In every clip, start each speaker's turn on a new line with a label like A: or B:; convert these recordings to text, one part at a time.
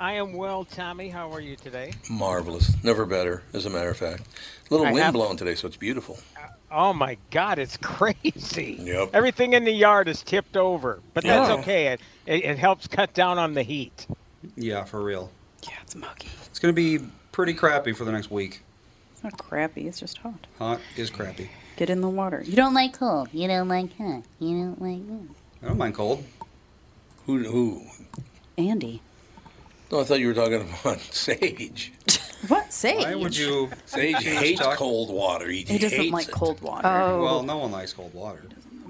A: I am well, Tommy. How are you today?
B: Marvelous. Never better, as a matter of fact. A little
A: I
B: wind
A: have-
B: blowing today, so it's beautiful.
A: Oh my God, it's crazy.
B: Yep.
A: Everything in the yard is tipped over, but that's
B: Yeah.
A: okay. It, it, it helps cut down on the heat.
C: Yeah, for real.
D: Yeah, it's muggy.
C: It's going to be pretty crappy for the next week.
D: It's not crappy. It's just hot.
C: Hot is crappy.
D: Get in the water.
E: You don't like cold. You don't like hot. You don't like warm.
C: I don't mind cold.
B: Who? who?
D: Andy.
B: No, I thought you were talking about Sage.
D: What? Sage.
C: Why would you?
B: Sage hates
C: talk-
B: cold water. He,
D: He doesn't
B: hates
D: like
B: it.
D: cold water.
C: Well, no one likes cold water.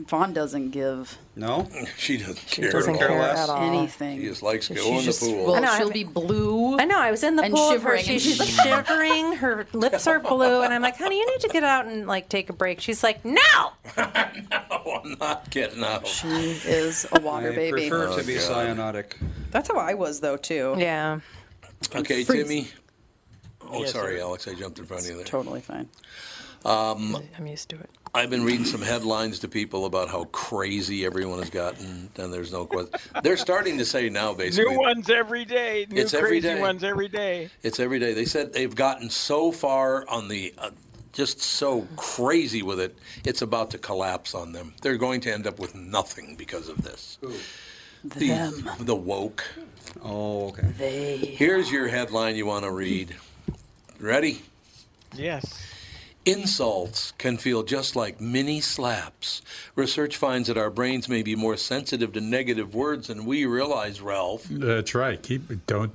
D: Vaughn doesn't give
C: No?
B: She doesn't
F: She
B: care
F: doesn't
B: at
C: care
B: all.
F: care
C: less.
F: at all.
D: anything.
B: She just likes to
D: She's
B: go in the
D: just-
B: pool.
D: Well,
F: I know,
D: she'll
F: I've-
D: be blue.
F: I know. I was in the
D: And
F: pool with her.
D: shivering,
F: She,
D: and
F: she's like shivering. Her lips are blue, and I'm like, "Honey, you need to get out and like take a break." She's like, "No."
B: Oh, I'm not getting out. Oh,
D: She is a water
C: I
D: baby.
C: prefer to be cyanotic.
D: That's how I was though too.
F: Yeah.
B: Okay,
D: freezing.
B: Timmy. Oh,
A: Yes,
B: sorry,
A: sir.
B: Alex. I jumped in front of you there.
D: Totally fine.
F: I'm used to it.
B: Um, I've been reading some headlines to people about how crazy everyone has gotten, and there's no question. They're starting to say now, basically,
A: New ones every day. New
B: It's
A: crazy
B: every day.
A: ones every day.
B: it's every day. They said they've gotten so far on the, uh, just so crazy with it, it's about to collapse on them. They're going to end up with nothing because of this. The,
D: Them.
B: the woke.
C: Oh, okay.
D: They.
B: Here's your headline you want to read. Ready?
A: Yes.
B: Insults can feel just like mini slaps. Research finds that our brains may be more sensitive to negative words than we realize, Ralph.
G: That's right. Keep don't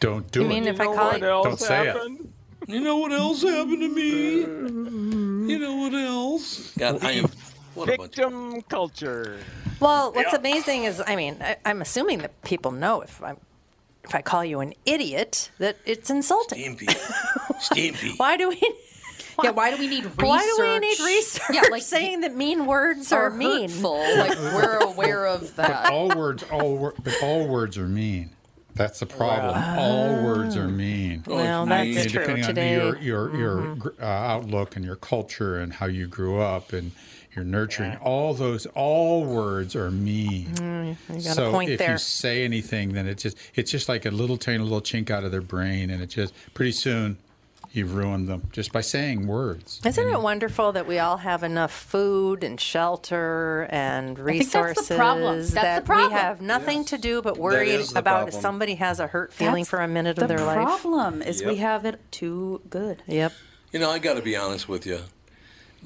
G: don't do
F: You mean
G: it.
F: if I
A: know
F: call
A: what
F: it?
A: else
G: Don't say it.
A: happened?
B: You know what else happened to me?
F: Mm-hmm.
B: You know what else? God, I am. What a bunch of-
A: Victim culture.
F: Well, what's amazing is, I mean, I, I'm assuming that people know if I'm if I call you an idiot that it's insulting.
B: Steampy. Steampy.
F: Why do we?
E: Yeah, why do we need research?
F: Why do we need research
E: Yeah, like
F: saying that mean words
E: are
F: are mean?
E: hurtful. Like we're aware of that.
G: all words all wor- but all words are mean. That's the problem. all words are mean.
B: Oh, it's
F: Well,
B: mean.
F: that's
G: And
F: true
G: depending
F: today. Mm-hmm.
G: on your your your gr- uh, outlook and your culture and how you grew up and You're nurturing. All those all words are mean.
F: Mm, Mm-hmm. You got
G: so
F: a point
G: if
F: there.
G: you say anything, then it's just it's just like a little tiny little chink out of their brain, and it just pretty soon you've ruined them just by saying words.
F: Isn't it wonderful that we all have enough food and shelter and
E: think
F: resources?
E: that's the problem. That's the
F: that
E: problem.
F: We have nothing to do but worry
C: is the
F: about if
C: problem.
F: somebody has a hurt feeling
D: That's
F: for a minute
D: the
F: of their life.
D: problem is we
C: Yep.
D: have it too good.
F: Yep.
B: You know, I got to be honest with you.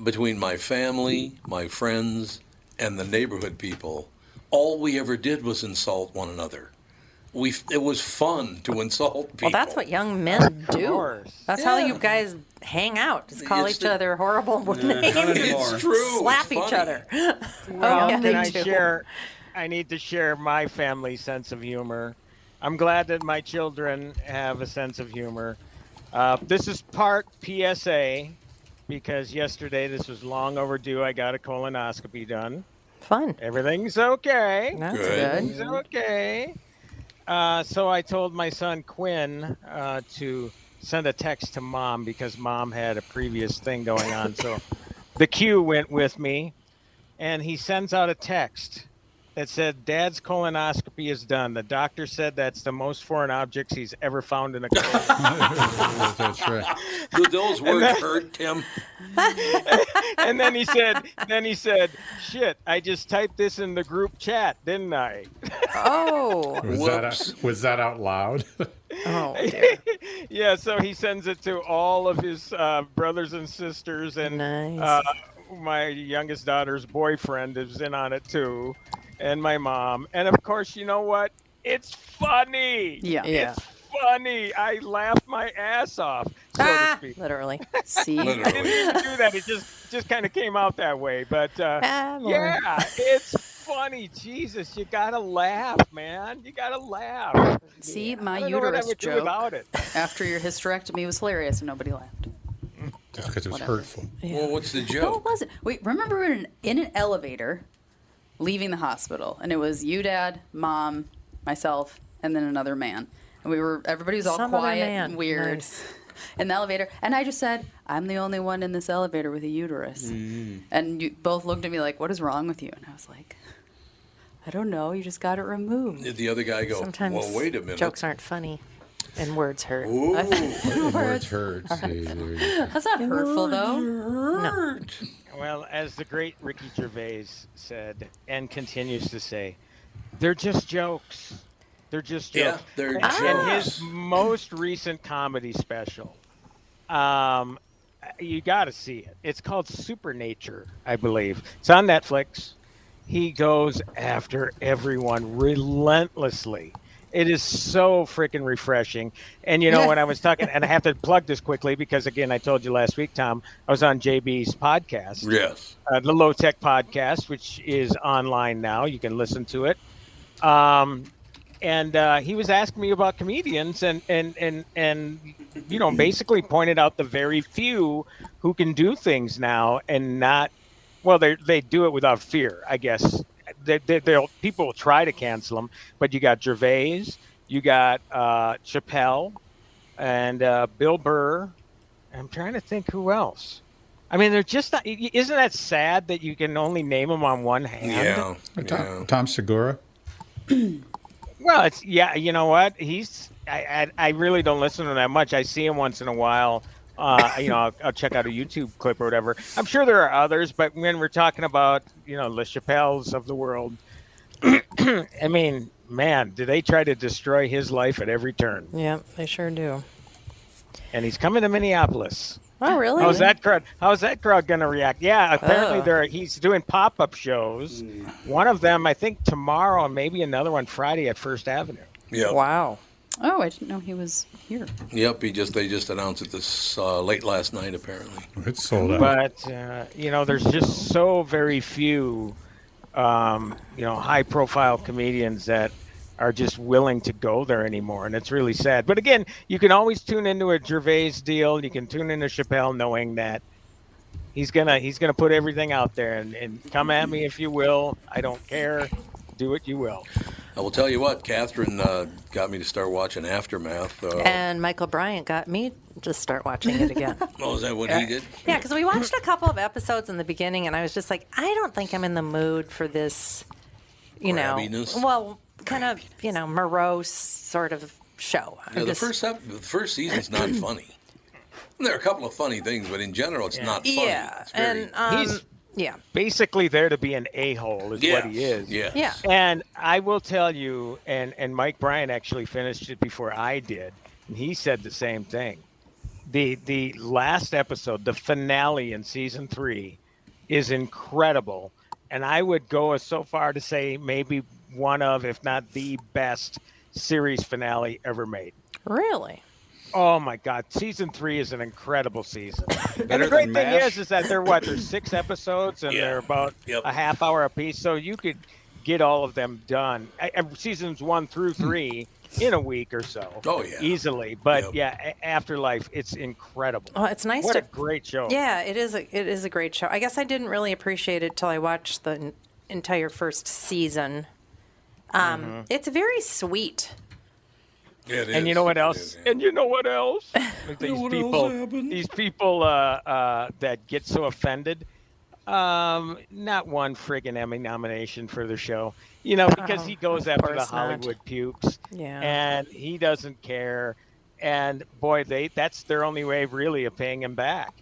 B: Between my family, my friends, and the neighborhood people, all we ever did was insult one another. We it was fun to insult
F: Well,
B: people.
F: that's what young men do.
A: course.
F: That's how you guys hang out. Is call
B: It's
F: each
B: the-
F: other horrible names.
C: Not anymore.
B: it's true.
F: Slap
B: It's
F: each
B: funny.
F: other. Oh,
A: Well,
F: yeah,
A: can
F: me
A: I
F: too.
A: share? I need to share my family sense of humor. I'm glad that my children have a sense of humor. Uh, this is part PSA because yesterday this was long overdue. I got a colonoscopy done.
F: Fun.
A: Everything's okay.
F: That's
B: Good.
F: good.
A: Everything's okay. Uh, so I told my son Quinn uh, to send a text to mom because mom had a previous thing going on. So the cue went with me, and he sends out a text that said, "Dad's colonoscopy is done. The doctor said that's the most foreign objects he's ever found in a colon."
G: That's right.
B: Did those words hurt, Tim?
A: and then he said, "Then he said, shit, I just typed this in the group chat, didn't I?"
F: Oh.
G: Was
B: Whoops.
G: that was that out loud?
F: Oh dear.
A: yeah, so he sends it to all of his uh, brothers and sisters, and
F: Nice.
A: uh, my youngest daughter's boyfriend is in on it too, and my mom. And of course, you know what? It's funny.
D: Yeah.
F: Yeah.
A: It's funny. I laughed my ass off, so
F: Ah,
A: to speak.
F: literally.
D: See,
A: I didn't
B: Literally.
A: even do that. It just just kind of came out that way. But uh,
F: Ah, Lauren.
A: yeah, it's funny. Jesus, you gotta laugh, man. You gotta laugh.
D: see,
A: I
D: my
A: don't know what I
D: uterus
A: would do
D: joke
A: without it.
D: after your hysterectomy was hilarious and nobody laughed.
G: Just because it was
D: Whatever.
G: hurtful.
B: Well, what's the
D: No, it
B: joke?
D: wasn't. Wait, remember we were in, in an elevator leaving the hospital, and it was you, dad, mom, myself, and then another man. And we were, everybody was all
F: Some other
D: quiet
F: man.
D: and weird
F: Nice.
D: in the elevator. And I just said, I'm the only one in this elevator with a uterus.
C: Mm.
D: And you both looked at me like, What is wrong with you? And I was like, I don't know. You just got it removed.
B: Did the other guy go?
F: Sometimes
B: well, wait a minute.
F: jokes aren't funny and words hurt.
B: Ooh,
G: Words hurt. See, there you go.
D: That's not hurtful, though.
B: hurt.
A: Well, as the great Ricky Gervais said and continues to say, they're just jokes. They're just
B: Yeah,
A: jokes.
B: they're
A: And
B: jokes.
A: his most recent comedy special, um, you got to see it. It's called Supernature, I believe. It's on Netflix. He goes after everyone relentlessly. It is so freaking refreshing. And you know, when I was talking, and I have to plug this quickly because, again, I told you last week, Tom, I was on JB's podcast
B: Yes.
A: uh, the Low Tech Podcast, which is online now. You can listen to it. Um, and uh, he was asking me about comedians, and and and and you know, basically pointed out the very few who can do things now and not. Well, they they do it without fear, I guess. They, they, they'll people will try to cancel them, but you got Gervais, you got uh, Chappelle, and uh, Bill Burr. I'm trying to think who else. I mean, they're just not. y- y- Isn't that sad that you can only name them on one hand?
B: Yeah. yeah.
G: Tom, Tom Segura.
A: Well, it's yeah. You know what? He's. I, I, I really don't listen to him that much. I see him once in a while. Uh, you know, I'll, I'll check out a YouTube clip or whatever. I'm sure there are others, but when we're talking about you know Le Chappelle's of the world, I mean, man, do they try to destroy his life at every turn?
F: Yeah, they sure do.
A: And he's coming to Minneapolis.
F: Oh, really?
A: How's that crowd? How's that crowd gonna react? Yeah, apparently
F: Oh.
A: they're he's doing pop up shows. One of them, I think, tomorrow, and maybe another one Friday at First Avenue.
B: Yep.
F: Wow.
D: Oh, I didn't know he was here.
B: Yep. He just they just announced it this uh, late last night apparently.
G: It's sold out.
A: But uh, you know, there's just so very few, um, you know, high profile comedians that are just willing to go there anymore, and it's really sad. But again, you can always tune into a Gervais deal. You can tune into Chappelle, knowing that. He's gonna he's gonna put everything out there and, and come at me if you will. I don't care. Do what you will.
B: I will tell you what, Catherine uh, got me to start watching Aftermath. Uh,
F: And Michael Bryant got me to start watching it again.
B: oh, is that what he did?
F: Yeah, because we watched a couple of episodes in the beginning, and I was just like, I don't think I'm in the mood for this, you know,
B: Grabbiness?
F: well, kind of, you know, morose sort of show. I'm
B: Yeah, the
F: just-
B: first ep- the first season's not funny. There are a couple of funny things, but in general, it's not funny.
F: yeah,
B: It's very-
F: and um,
A: He's-
F: yeah,
A: Basically, there to be an a hole is what
B: Yes,
A: he is.
B: yes.
F: yeah.
A: And I will tell you, and and Mike Bryan actually finished it before I did, and he said the same thing. The the last episode, the finale in season three, is incredible, and I would go as so far to say maybe one of, if not the best, series finale ever made.
F: Really?
A: Oh my God! Season three is an incredible season.
C: Better
A: and the
C: than
A: great thing
C: MASH?
A: is, is that they're what there's six episodes and
B: Yeah.
A: they're about
B: Yep.
A: a half hour apiece, so you could get all of them done. I, I- seasons one through three in a week or so.
B: Hmm. Oh, yeah.
A: easily. But
B: Yep.
A: yeah, A- Afterlife, it's incredible.
F: Well, Oh, it's nice
A: What
F: to-
A: a great show.
F: Yeah, it is. A, it is a great show. I guess I didn't really appreciate it till I watched the n- entire first season. Um,
B: Mm-hmm.
F: It's very sweet.
B: Yeah, it
A: And you
B: is.
A: know what
B: It
A: else?
B: is, yeah.
A: And you know what else? these
C: what else
A: people,
C: happened?
A: these people uh, uh, that get so offended. Um, not one friggin' Emmy nomination for the show, you know, because he goes
F: Oh, of
A: after the
F: course not.
A: Hollywood pukes,
F: Yeah.
A: and he doesn't care. And boy, they—that's their only way, really, of paying him back,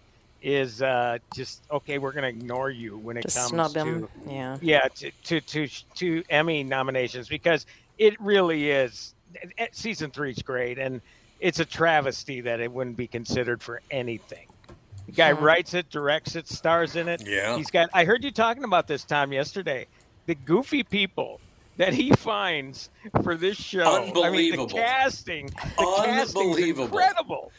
A: is uh, just okay. We're gonna ignore you when it
F: Just
A: comes
F: snub
A: to
F: him. Yeah.
A: yeah to to to, to emmy nominations because it really is eh, season three's great and it's a travesty that it wouldn't be considered for anything the guy writes it directs it stars in it
B: Yeah.
A: he's got i heard you talking about this tom yesterday the goofy people that he finds for this show I mean,
B: Unbelievable.
A: the casting the casting's
B: Unbelievable.
A: incredible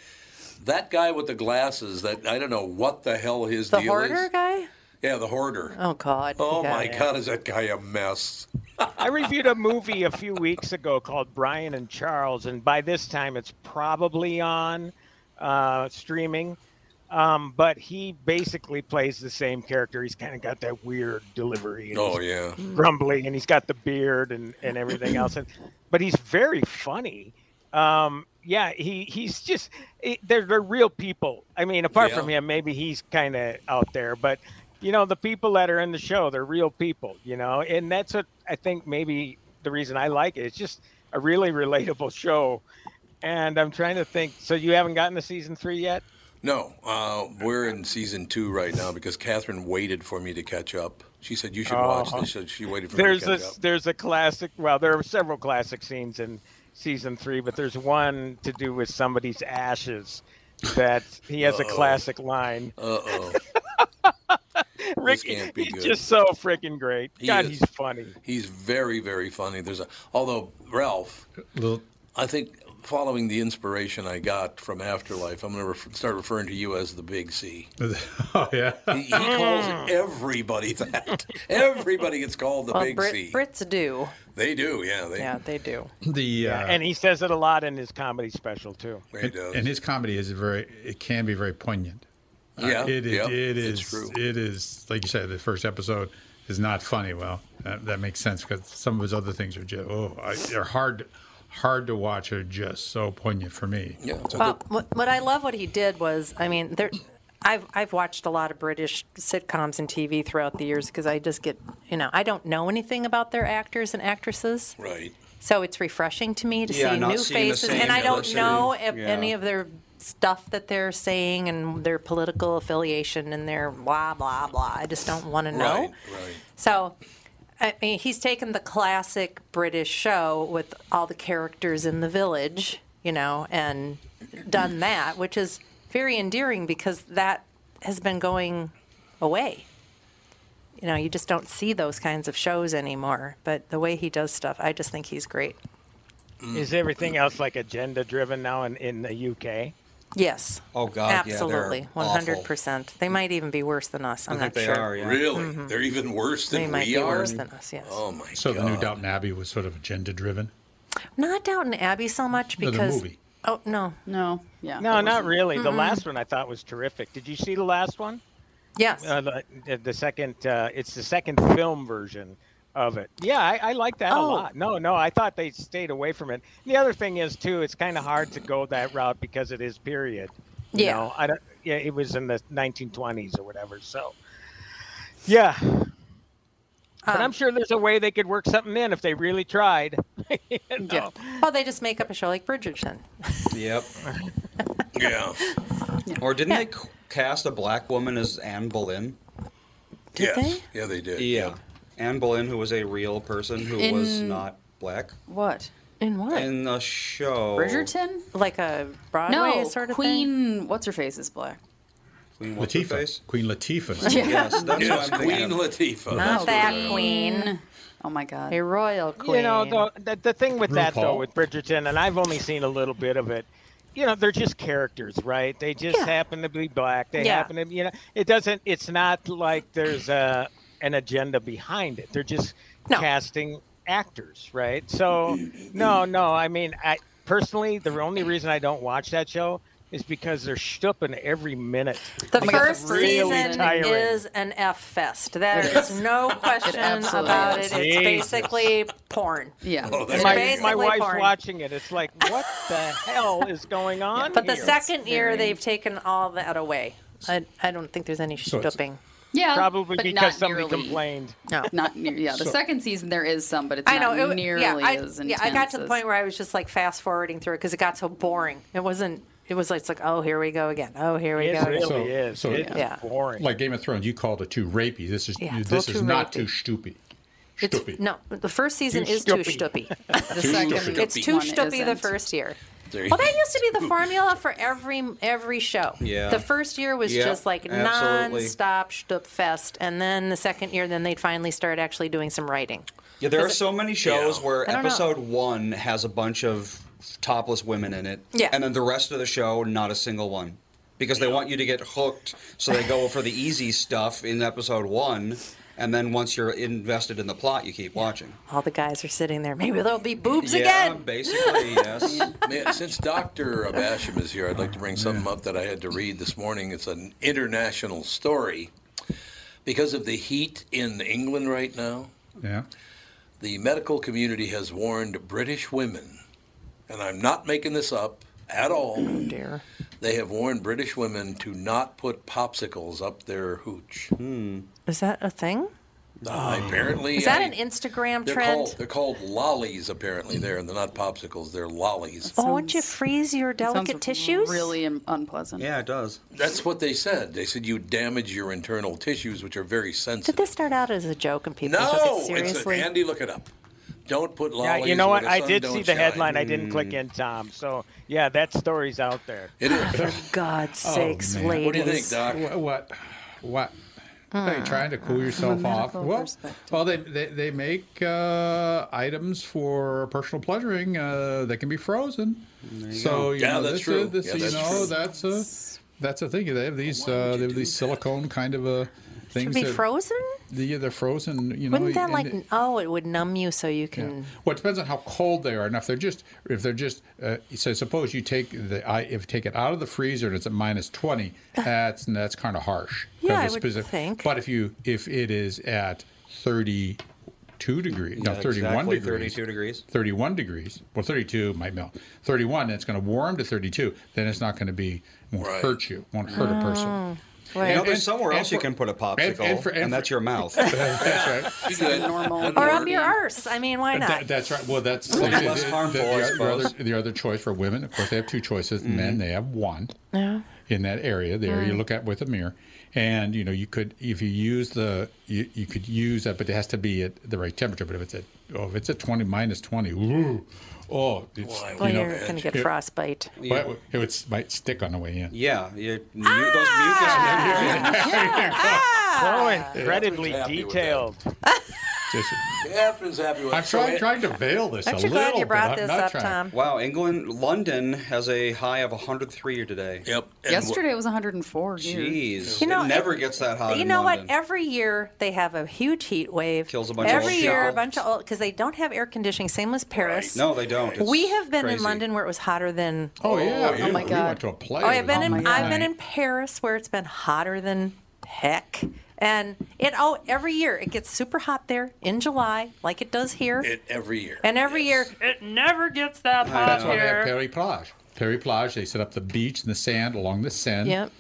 B: That guy with the glasses, that I don't know what the hell his
F: The
B: deal
F: hoarder
B: is.
F: guy.
B: Yeah, the hoarder.
F: Oh God.
B: Oh,
F: Yeah.
B: my God, is that guy a mess?
A: I reviewed a movie a few weeks ago called Brian and Charles, and by this time it's probably on uh, streaming. Um, but he basically plays the same character. He's kind of got that weird delivery. And
B: Oh,
A: he's
B: yeah.
A: grumbly, and he's got the beard and, and everything else. And, but he's very funny. Um, yeah, he, he's just, it, they're, they're real people. I mean, apart from
B: Yeah.
A: him, maybe he's kind of out there, but you know, the people that are in the show, they're real people, you know, and that's what I think maybe the reason I like it. It's just a really relatable show. And I'm trying to think. So you haven't gotten to season three yet?
B: No, uh, we're in season two right now because Catherine waited for me to catch up. She said, You should watch this. So She waited for
A: Oh. there's
B: me to
A: a
B: catch up.
A: there's a classic. Well, there are several classic scenes in season three, but there's one to do with somebody's ashes. That he has a classic line.
B: Uh oh.
A: Ricky,
B: can't be
A: he's
B: good.
A: just so freaking great.
B: He
A: God,
B: is.
A: he's funny.
B: He's very, very funny. There's a, Although, Ralph,
G: Little,
B: I think following the inspiration I got from Afterlife, I'm going to ref- start referring to you as the Big C.
G: oh yeah.
B: He, he calls
A: Hmm.
B: everybody that. Everybody gets called the
F: Well,
B: Big
F: Brit-
B: C.
F: Brits do.
B: They do, yeah. They,
F: Yeah, they do.
G: The uh,
A: and he says it a lot in his comedy special too.
B: they
G: and,
B: do.
G: and his comedy is very. It can be very poignant. Uh,
B: yeah,
G: it, it,
B: yeah,
G: it is.
B: it's true.
G: It is like you said. The first episode is not funny. Well, that, that makes sense because some of his other things are just oh, I, they're hard, hard to watch. Are just so poignant for me.
B: yeah, it's a
F: Well, what, what I love what he did was, I mean, there, I've I've watched a lot of British sitcoms and TV throughout the years because I just get, you know, I don't know anything about their actors and actresses,
B: good- right.
F: so it's refreshing to me to
C: Yeah,
F: see
C: not
F: new
C: seeing the
F: faces,
C: same
F: and I don't
B: diversity.
F: know if
C: Yeah.
F: any of their stuff that they're saying and their political affiliation and their blah blah blah. I just don't want to know.
B: Right, right.
F: So, I mean, he's taken the classic British show with all the characters in the village, you know, and done that, which is very endearing because that has been going away. You know, you just don't see those kinds of shows anymore. But the way he does stuff, I just think he's great.
B: Mm.
A: Is everything else like agenda driven now in, in the UK?
F: Yes.
C: Oh, God, yeah, they're
F: Absolutely.
C: awful.
F: 100%. They might even be worse than us. I'm
C: I
F: not
C: think they
F: sure. Mm-hmm.
C: are. Yeah.
B: Really? They're even worse than
F: They might
B: we
F: be
B: are?
F: worse than us, yes.
B: oh, my
G: So
B: God.
G: the new Downton Abbey was sort of agenda driven.
F: Not Downton Abbey so much
G: No, the
F: because.
G: movie.
F: Oh, no.
D: No, yeah.
A: No, not really. The last one I thought was terrific. Did you see the last one?
F: Yes.
A: Uh, the, the second, uh, it's the second film version of it. Yeah, I, I like that
D: Oh.
A: a lot. No, no, I thought they stayed away from it. The other thing is too, it's kind of hard to go that route because it is period. You
F: Yeah.
A: know, I don't. Yeah, it was in the 1920s or whatever. So, yeah.
F: Um.
A: But I'm sure there's a way they could work something in if they really tried. You know?
F: Oh, they just make up a show like Bridgerton.
C: Yep.
B: Yeah.
C: Or didn't they c- cast a black woman as Anne Boleyn?
B: Did they? Yeah, they did.
C: Anne Boleyn, who was a real person who was
D: In-
C: not black.
D: What?
F: In what?
C: In the show.
D: Bridgerton?
F: like a Broadway
D: No,
F: sort of thing?
D: Queen. What's her face is black.
C: Queen what's her
G: Latifah.
C: face?
G: Queen Latifah.
C: Yes, that's
B: Yes,
C: what I'm
B: Queen
C: thinking. of.
B: Latifah.
F: Not
B: That's
F: that
B: what it is.
F: queen.
D: Oh my God.
F: A royal queen.
A: You know, though, the, the thing with that though
G: RuPaul.
A: with Bridgerton, and I've only seen a little bit of it. You know, they're just characters, right? They just
F: Yeah.
A: happen to be black. They
F: Yeah.
A: happen to, you know, it doesn't. It's not like there's a an agenda behind it. They're just
F: No.
A: casting actors, right? So, no, no. I mean, I personally, the only reason I don't watch that show is because they're stooping every minute.
F: Oh The
D: my God,
F: first
D: really
F: season
A: tiring.
F: is an F fest. There is no question
D: absolutely
F: about
D: is.
F: it. It's
A: Jesus.
F: basically porn.
D: Yeah.
B: Oh,
F: It's
B: there you
A: My,
B: go.
F: basically
A: my wife's
F: porn.
A: watching it. It's like, what the hell is going on?
F: But the
A: here?
F: second year,
D: very-
F: they've taken all that away. I, I don't think there's any
G: it's-
F: stooping.
D: yeah.
A: probably
D: but
A: because
D: not
A: somebody
D: nearly-
A: complained.
F: No.
D: Not near, yeah. The second season there is some, but it's
F: I know.
D: not
F: It,
D: nearly
F: yeah, I,
D: as intense.
F: yeah, I got to the
D: as-
F: point where I was just like fast forwarding through it because it got so boring. It wasn't. It was like, it's like, oh, here we go again. Oh, here we
A: It
F: go.
A: really
F: again.
G: So-
A: is.
G: so-
A: it's
F: Yeah.
A: boring.
G: Like Game of Thrones, you called it too rapey. This is
F: Yeah, it's a
G: this
F: little
G: is
F: too
G: not
F: rapey.
G: too stoopy.
F: It's-
G: Stoopy.
F: no, the first season
A: Too
F: is too
A: stoopy.
F: stoopy.
D: the second.
B: stupid.
F: it's too
D: one
F: stoopy the
D: isn't.
F: first year.
B: There you
F: Well,
B: go.
F: that used to be the formula for every every show.
C: Yeah.
F: The first year was
C: Yeah,
F: just like
C: absolutely.
F: nonstop stoop fest, and then the second year, then they'd finally start actually doing some writing.
C: Yeah, there are so many shows
B: Yeah.
C: where
F: I don't know.
C: episode one has a bunch of topless women in it.
F: Yeah.
C: And then the rest of the show, not a single one. Because they want you to get hooked, so they go for the easy stuff in episode one, and then once you're invested in the plot, you keep watching.
F: All the guys are sitting there. Maybe there'll be boobs
C: yeah,
F: again.
C: basically, yes.
B: Man, since Dr. Basham is here, I'd like to bring something up that I had to read this morning. It's an international story. Because of the heat in England right now,
G: Yeah.
B: the medical community has warned British women, and I'm not making this up at all,
F: Oh, Dear.
B: they have warned British women to not put popsicles up their hooch.
C: Hmm.
F: Is that a thing?
B: Uh, apparently,
F: Is that
B: I-
F: an Instagram
B: they're
F: trend?
B: Called, they're called lollies, apparently, there, and they're not popsicles, they're lollies.
F: oh, won't you freeze your
D: Sounds
F: delicate tissues?
D: Really un- unpleasant.
C: Yeah, it does.
B: That's what they said. They said you damage your internal tissues, which are very sensitive.
F: Did this start out as a joke and people took
B: No,
F: it
B: it's a,
F: seriously?
B: Andy. Look it up. Don't put
A: Yeah,
B: lollies.
A: you know
B: where
A: what? I
B: sun
A: did
B: don't
A: see the
B: shine.
A: headline. I didn't click in, Tom. So yeah, that story's out there. Oh,
B: It is.
F: For God's sakes,
G: man.
F: ladies. Hmm.
B: what do you think, Doc?
G: What? What? what? Are you trying to cool yourself off?
D: medical
G: Well,
D: perspective.
G: well, they they, they make uh, items for personal pleasuring uh, that can be frozen. so you
B: Yeah,
G: know,
B: that's
G: this,
B: true.
G: Is, this,
B: Yeah,
G: you
B: that's
G: know,
B: true.
G: that's a that's a thing. They have these
B: would
G: uh,
B: you
G: they have
B: do
G: these
B: that?
G: silicone kind of uh,
F: Should
G: things
F: be
G: that
F: frozen?
G: yeah, they're frozen. You know,
F: Wouldn't that
G: and
F: like
G: it-
F: oh, it would numb you so you can
G: Well, it depends on how cold they are. Now, if they're just, if they're just, uh, so suppose you take the, I, if you take it out of the freezer and it's at minus twenty, that's that's kind of harsh. 'Cause
F: Ah. Yeah, I
G: it's
F: would
G: specific-
F: think.
G: But if you, if it is at thirty-two degrees, no,
C: Yeah,
G: thirty-one
C: exactly,
G: degrees,
C: 32 degrees.
G: 31 degrees. Well, 32 might melt. 31, and it's going to warm to 32. Then it's not going to be, won't
B: Right.
G: hurt you, won't hurt
F: Oh.
G: a person.
F: Right.
C: You know,
G: And-
C: there's
G: and-
C: somewhere
G: and
C: else you
G: for-
C: can put a popsicle, and,
G: and- and for- and for-
C: that's your mouth.
G: That's right.
B: You good.
D: normal.
B: That'd
F: Or
B: work.
F: up your arse. I mean, why
G: That-
F: not?
G: that's right. Well, that's
C: less harmful, I
G: the,
C: suppose. Mm-hmm.
G: other, the other choice for women. Of course, they have two choices. Men, they have one.
F: Hmm.
G: In that area, the
F: Mm.
G: area you look at with a mirror, and you know you could if you use the you, you could use that, but it has to be at the right temperature. But if it's at oh, if it's at twenty minus twenty, ooh, oh, it's,
B: Why
F: Well,
B: would
G: you
F: you're
G: know,
B: that?
F: going to get
G: Yeah.
F: frostbite.
G: well, it, would s- might stick on the way in.
C: yeah, you, mu- those mucus
F: Ah!
A: So incredibly
B: Happy with that.
A: detailed.
G: Just-
B: Catherine's happy with
G: I'm
B: it. So
G: trying,
B: it-
G: trying to veil this
F: Aren't
G: a
F: you
G: little.
F: glad you
G: bit.
F: brought
G: I'm
F: this
G: not
F: up,
G: trying-
F: Tom?
C: Wow, England, London has a high of 103 today.
B: Yep. and
D: Yesterday it was 104 here.
C: Jeez,
F: You know,
C: it never
F: it-
C: gets that hot.
F: You
C: in
F: know
C: London.
F: what? Every year they have a huge heat wave.
C: Kills a bunch of
F: Every
C: old
F: year,
C: people.
F: a bunch of old because they don't have air conditioning. Same as Paris.
C: No, they don't. It's
F: we have been in
C: crazy.
F: London where it was hotter than.
G: Oh yeah. we-
D: my
G: we
D: God.
G: went to a play.
F: Oh, I've been
D: my
F: in.
D: God.
F: I've been in Paris where it's been hotter than heck. And it oh every year it gets super hot there in July, like it does here.
B: It every year.
F: and every year it never gets that hot
G: That's why they have
F: here.
G: Perry Plage. Perry Plage, they set up the beach and the sand along the sand.
F: Yep.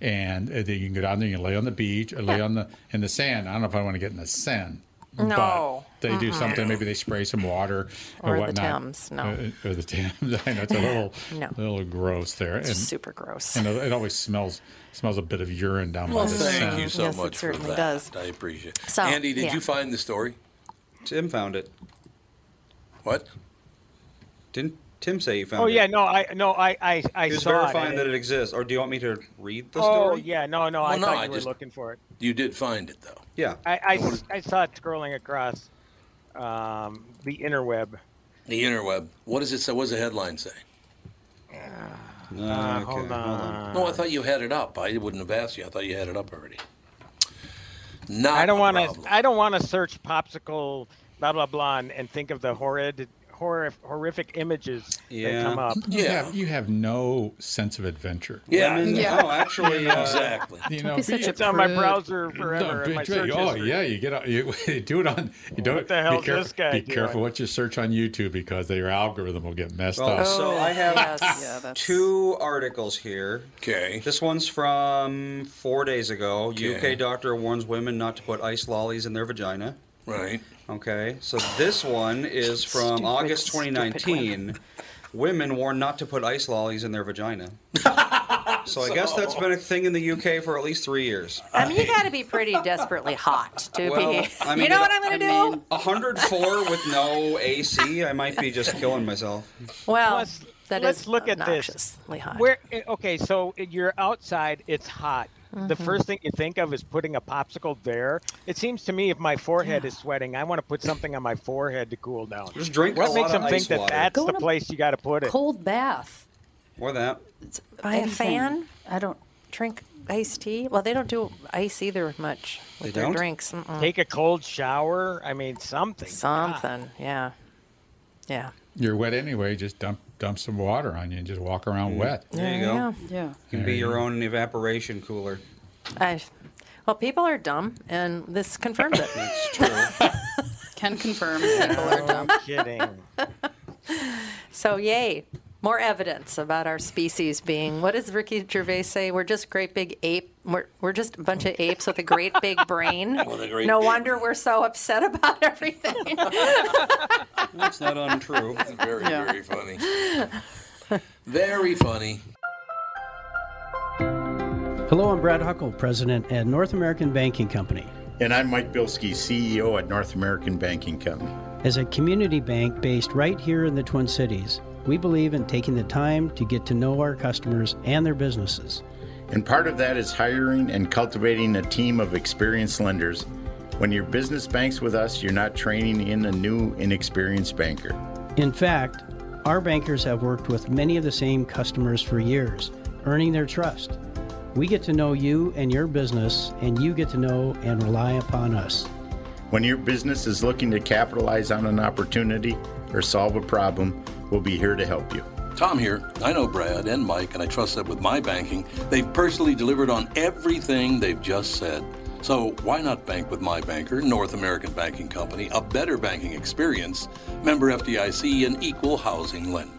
G: And uh, then you can go down there, you can lay on the beach or lay on the in the sand. I don't know if I want to get in the sand.
F: No.
G: But they do something. Maybe they spray some water or,
F: Or the
G: whatnot.
F: Thames, no.
G: Uh, or the Thames. I know it's a little,
F: No.
G: little gross there. And,
F: super gross.
G: and it always smells smells a bit of urine down
B: Well,
G: by the
B: thank
G: sand.
B: you so
F: Yes, it
B: much for
F: certainly
B: that.
F: does.
B: I appreciate it.
F: So,
B: Andy, did
F: yeah.
B: you find the story?
C: Tim found it.
B: What?
C: Didn't Tim say you found
A: Oh
C: it?
A: yeah, no, I no, I I, I
C: He's
A: saw it.
C: verifying that it exists. Or do you want me to read the
A: oh
C: story?
A: yeah, no, no, I
B: Well, no,
A: thought
B: I
A: you were
B: just-
A: looking for it.
B: You did find it though.
C: Yeah.
A: I I, s- I saw it scrolling across um, the interweb.
B: The interweb. What does it say? What does the headline say?
C: Uh, okay,
A: Ah. Hold on.
B: No, I thought you had it up. I wouldn't have asked you. I thought you had it up already. Not
A: I don't
B: want
A: to. I don't want to search popsicle, blah blah blah, and, and think of the horrid, horrif, horrific images
C: Yeah.
A: that come up.
G: You,
B: Yeah.
G: have, you have no sense of adventure.
B: Yeah.
C: Lemon-
D: Yeah.
C: Oh, actually, uh,
B: Exactly.
G: You know,
D: be such
G: be-
D: a
A: It's on my
D: Prude.
A: browser
G: No,
A: forever. in
G: but-
A: my
G: but-
A: search
G: oh
A: history.
G: yeah, you get on- you, you do it on. You don't.
A: the hell
G: be
A: is
G: careful,
A: this guy
G: be
A: doing?
G: careful what you search on YouTube because your algorithm will get messed
C: well,
G: up.
C: so I have
F: Oh, yes.
D: Yeah, that's
C: two articles here.
B: Okay.
C: This one's from four days ago.
B: Okay.
C: UK doctor warns women not to put ice lollies in their vagina.
B: Right.
C: Okay, so this one is from
F: Stupid,
C: August
F: stupid
C: 2019. Women warned not to put ice lollies in their vagina. so I guess that's been a thing in the UK for at least three years.
F: I mean, you got to be pretty desperately hot to
C: Well,
F: be.
C: I mean,
F: you know
C: it-
F: what I'm going to
D: I
F: do?
D: mean,
C: 104 with no AC, I might be just killing myself.
F: well,
A: Plus,
F: that
A: let's
F: is
A: look at this.
F: obnoxiously hot.
A: Where eh, okay, so you're outside, it's hot. The
F: Mm-hmm.
A: first thing you think of is putting a popsicle there. It seems to me if my forehead is sweating, I want to put something on my forehead to cool down.
C: Just drink a
A: What
C: lot
A: makes
C: of
A: them
C: ice
A: think that
C: water.
A: that's
D: Go
A: the
D: in a
A: place you got to put it?
D: Cold bath.
C: Or that.
F: Buy a fan?
D: I don't.
F: drink iced tea? Well, they don't do ice either much with
C: They
F: their
C: don't?
F: drinks. Mm-mm.
A: Take a cold shower. I mean, something.
F: Something, yeah, yeah.
G: You're wet anyway. Just dump dump some water on you and just walk
A: Mm.
G: around wet.
C: There you go.
F: Yeah.
D: Yeah.
C: You can be your own evaporation cooler.
F: I, well, people are dumb, and this confirms it.
C: It's true.
D: Can confirm people are dumb.
A: No kidding.
F: So, yay. More evidence about our species being what does Ricky Gervais say? We're just great big ape. We're, we're just a bunch of apes with a great big brain.
B: a great
F: no
B: big
F: wonder we're so upset about everything.
C: That's not untrue.
B: Very,
D: Yeah.
B: very funny. Very funny.
H: Hello, I'm Brad Huckle, president at North American Banking Company.
I: And I'm Mike Bilski, CEO at North American Banking Company.
H: As a community bank based right here in the Twin Cities, we believe in taking the time to get to know our customers and their businesses.
I: And part of that is hiring and cultivating a team of experienced lenders. When your business banks with us, you're not training in a new, inexperienced banker.
H: In fact, our bankers have worked with many of the same customers for years, earning their trust. We get to know you and your business, and you get to know and rely upon us.
I: When your business is looking to capitalize on an opportunity or solve a problem, we'll be here to help you.
B: Tom here. I know Brad and Mike, and I trust that with my banking, they've personally delivered on everything they've just said. So why not bank with my banker, North American Banking Company, a better banking experience, member FDIC, an equal housing lender?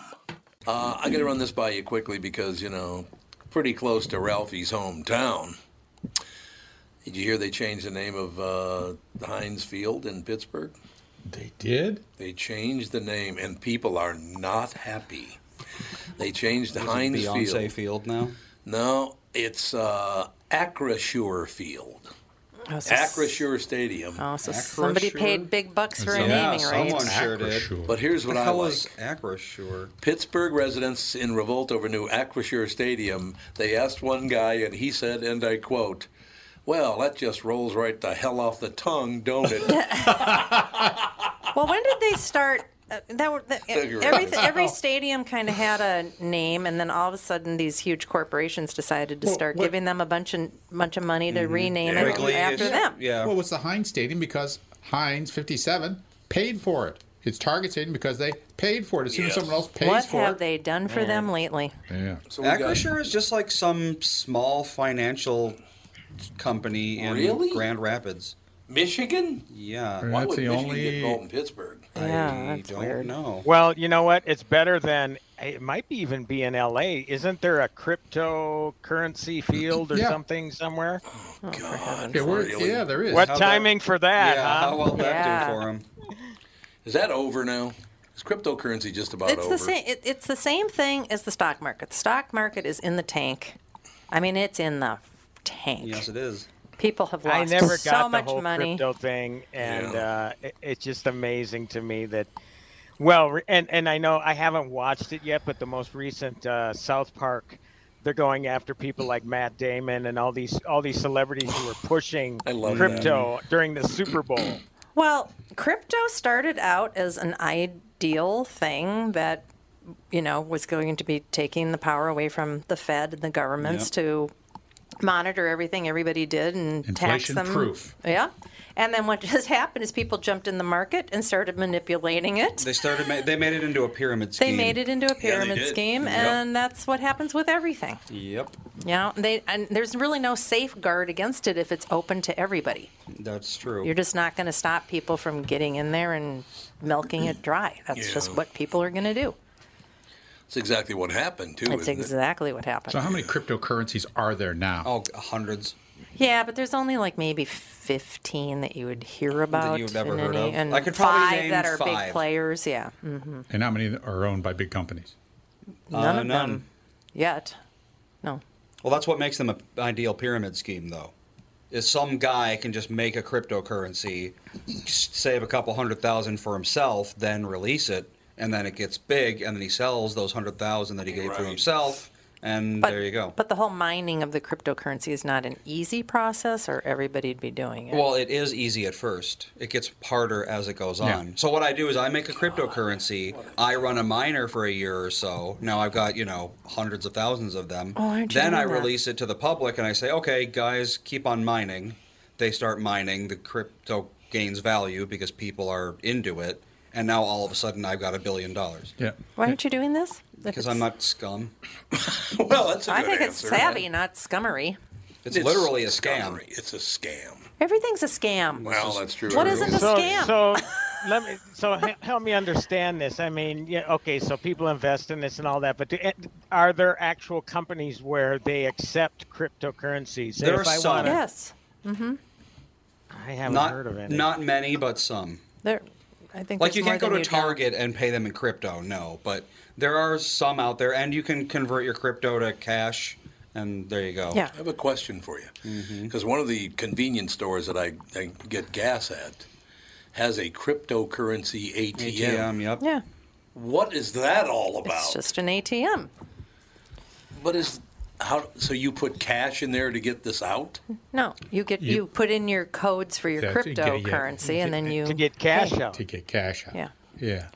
B: Uh, I got to run this by you quickly because, you know, pretty close to Ralphie's hometown. Did you hear they changed the name of uh, Heinz Field in Pittsburgh?
G: They did.
B: They changed the name, and people are not happy. They changed Heinz
C: Beyonce
B: Field.
C: field now.
B: No, it's uh, Acrisure Field.
F: Oh, so-
B: Acrisure Stadium.
F: oh, so somebody
C: Acrisure?
F: paid big bucks for a
C: Yeah,
F: naming
C: someone-
F: rights.
C: Sure did.
G: Acrosure.
B: But here's
C: What
B: what
C: the
B: I
C: hell
B: like.
C: is Acrosure?
B: Pittsburgh residents in revolt over new Acrisure Stadium, they asked one guy, and he said, and I quote, Well, that just rolls right the hell off the tongue, don't it?
F: Well, when did they start? Uh, that were that,
B: Figure it
F: every
B: out.
F: every stadium kind of had a name, and then all of a sudden, these huge corporations decided to
G: Well,
F: start
G: what-
F: giving them a bunch of bunch of money to rename it
G: Wrigley
F: after
G: Mm-hmm. is-
F: them.
C: Yeah.
G: Well, it's the Heinz Stadium because Heinz 57 paid for it. It's Target Stadium because they paid for it. As soon as someone else pays
F: What
G: for
F: have
G: it.
F: they done for them lately?
G: Yeah.
B: So
C: Acrisure is just like some small financial company in
B: Really?
C: Grand Rapids.
B: Michigan?
C: Yeah.
B: Why would Michigan get involved in Pittsburgh?
C: Yeah, I that's don't weird. know.
A: Well, you know what? It's better than it might be even be in L.A. Isn't there a cryptocurrency field or
G: Yeah.
A: something somewhere?
B: Oh,
F: Oh,
B: God,
G: Yeah, we're-
B: really?
G: yeah, there is.
A: What
G: How about-
A: timing for that?
C: yeah,
A: huh?
C: how will that do for him?
B: Is that over now? Is cryptocurrency just about
F: It's
B: over?
F: the same. It, it's the same thing as the stock market. The stock market is in the tank. I mean, it's in the tank.
C: Yes, it is.
F: People have
A: I
F: lost
A: never got
F: so
A: the
F: much
A: whole
F: money.
A: crypto thing, and
B: Yeah.
A: uh, it, it's just amazing to me that. Well, re- and and I know I haven't watched it yet, but the most recent uh, South Park, they're going after people like Matt Damon and all these all these celebrities who were pushing
B: I love that.
A: crypto during the Super Bowl.
F: Well, crypto started out as an ideal thing that, you know, was going to be taking the power away from the Fed and the governments to monitor everything everybody did and
G: Inflation
F: tax them.
G: proof.
F: Yeah. And then what just happened is people jumped in the market and started manipulating it.
C: They started. Ma- they made it into a pyramid scheme.
F: They made it into a pyramid
B: did.
F: scheme,
B: Yep.
F: and that's what happens with everything.
C: Yep,
F: You know, they and there's really no safeguard against it if it's open to everybody.
C: that's true.
F: You're just not going to stop people from getting in there and milking it dry. That's just
B: Yeah.
F: what people are going to do.
B: That's exactly what happened too.
F: That's
B: isn't it?
F: exactly what happened.
G: So, how many cryptocurrencies are there now?
C: oh, hundreds
F: yeah, but there's only like maybe 15 that you would hear about.
C: that you've never
F: in
C: heard
F: any-
C: of.
F: And
C: I could probably
F: five
C: name
F: that are
C: five.
F: big players. Yeah, Mm,
G: And how many are owned by big companies?
F: none
C: Uh,
F: of
C: none.
A: Hmm.
F: them Um, yet. No.
C: Well, that's what makes them an ideal pyramid scheme, though. Is some guy can just make a cryptocurrency, s- save a couple hundred thousand for himself, then release it, and then it gets big, and then he sells those hundred thousand that he gave to
B: Right.
C: himself, and
F: But,
C: there you go.
F: But the whole mining of the cryptocurrency is not an easy process, or everybody'd be doing it.
C: Well, it is easy at first. It gets harder as it goes
G: Yeah.
C: on. So what I do is I make a cryptocurrency. I run a miner for a year or so. Now I've got you know hundreds of thousands of them.
F: Oh, aren't you
C: then I
F: doing that?
C: release it to the public and I say, okay, guys, keep on mining. They start mining. The crypto gains value because people are into it. And now all of a sudden I've got a billion dollars
G: Yeah.
F: Why aren't you doing this? If
C: because
F: it's-
C: I'm not scum.
B: Well, that's a
F: I
B: good
F: think it's
B: answer.
F: savvy, not scummery.
C: It's, literally a scam.
B: scummery. It's a scam.
F: Everything's a scam.
B: Well, that's true.
F: What isn't a
A: so,
F: scam?
A: So let me so he- help me understand this. I mean, yeah, okay, so people invest in this and all that, but do, eh, are there actual companies where they accept cryptocurrencies?
C: There
A: if
C: are
A: I
C: some.
A: wanna-
F: yes, Mm-hmm.
A: I haven't
C: Not
A: heard of any.
C: not many, but some.
F: there. I think
C: like
F: there's
C: you
F: more
C: can't go
F: than
C: to
F: know.
C: Target and pay them in crypto, no. But there are some out there, and you can convert your crypto to cash, and there you go.
F: Yeah.
B: Oh, I have a question for you. Because one of the convenience stores that I, I get gas at has a cryptocurrency ATM.
C: ATM, yep.
F: Yeah,
B: What is that all about?
F: it's just an ATM.
B: But is how so you put cash in there to get this out?
F: No, you get you,
G: You-
F: put in your codes for your
G: Yeah, to get- yeah.
F: cryptocurrency, and then you
A: to get cash
F: pay.
A: out.
G: To get cash out.
F: Yeah.
G: Yeah.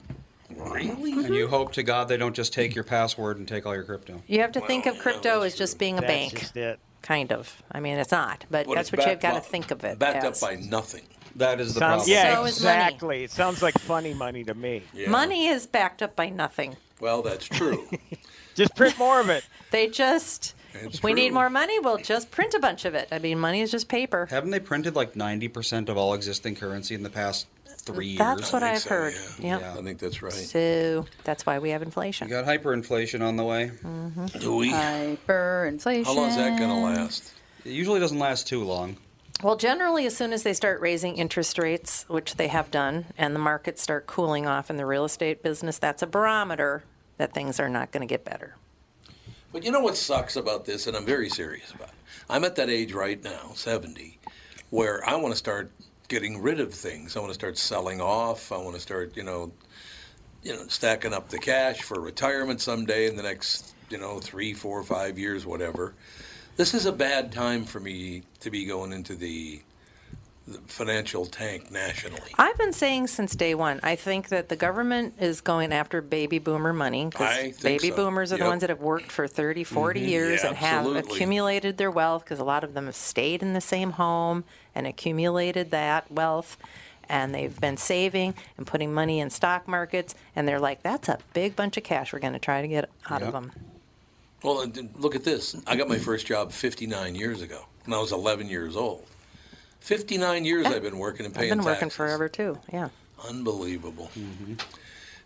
B: Really?
C: And
B: Mm-hmm.
C: you hope to God they don't just take your password and take all your crypto.
F: You have to think of crypto as just being a
A: That's
F: bank,
A: just it.
F: kind of. I mean, it's not, but,
B: But
F: that's
B: it's
F: what you've
B: backed
F: got to
B: up-
F: think of it.
B: Backed
F: as.
B: up by nothing.
C: That is the
A: Sounds,
C: problem.
A: yeah,
F: So is money.
A: exactly. It sounds like funny money to me.
B: Yeah.
F: Money is backed up by nothing.
B: Well, that's true.
A: Just print more of it.
F: They just,
B: It's
F: we need
B: true.
F: more money. We'll just print a bunch of it. I mean, money is just paper.
C: Haven't they printed like ninety percent of all existing currency in the past three
F: That's
C: years?
F: what
B: I
F: I've
B: think so,
F: heard.
B: yeah.
F: Yeah.
B: I think that's right.
F: So that's why we have
C: You
F: inflation.
C: got hyperinflation on the way.
F: Mm-hmm.
B: Do we? How
D: Hyperinflation.
B: long is that going to last?
C: It usually doesn't last too long.
F: Well, generally, as soon as they start raising interest rates, which they have done, and the markets start cooling off in the real estate business, that's a barometer that things are not going to get better.
B: But you know what sucks about this, and I'm very serious about it. I'm at that age right now, 70, where I want to start getting rid of things. I want to start selling off. I want to start, you know, you know, stacking up the cash for retirement someday in the next, you know, three, four, five years, whatever. This is a bad time for me to be going into the, the financial tank nationally.
F: I've been saying since day one, I think that the government is going after baby boomer money
B: I
F: because
B: think
F: baby
B: so.
F: boomers are the
B: Yep.
F: ones that have worked for 30,
C: Mm-hmm.
F: 40
B: Mhm.
F: years
B: Yeah,
F: and have
B: absolutely.
F: accumulated their wealth because a lot of them have stayed in the same home and accumulated that wealth. And they've been saving and putting money in stock markets. And they're like, that's a big bunch of cash we're going to try to get out of
B: Yep.
F: them.
B: Well, and then look at this. I got my first job 59 years ago when I was 11 years old. 59 years I've been working and
F: I've
B: paying
F: been
B: taxes.
F: working forever too. Yeah.
B: Unbelievable.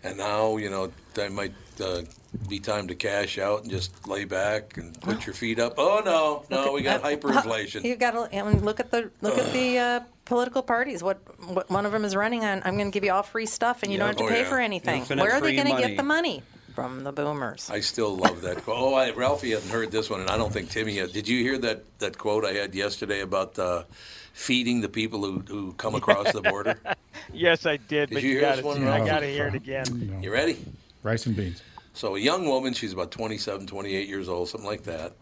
B: And now, you know, that might uh, be time to cash out and just lay back and put your feet up. Oh, no, no, we
F: Uh,
B: got hyperinflation.
F: You've got to and look at the look at the uh, political parties. What, what one of them is running on? I'm going to give you all free stuff, and you
B: Yeah.
F: don't have to
B: Oh,
F: pay
B: yeah.
F: for anything.
B: Infinite
F: Where are they
B: free
F: going to
B: money.
F: get the money from the boomers?
B: I still love that quote. Oh, I, Ralphie hadn't heard this one, and I don't think Timmy had. Did you hear that, that quote I had yesterday about uh, feeding the people who, who come across the border?
A: Yes, I did.
B: Did
A: but
B: you
A: you,
B: hear
A: gotta,
B: this one,
A: I
B: Ralph?
A: got to hear it again.
B: You ready?
G: Rice and beans.
B: So a young woman, she's about 27, 28 years old, something like that,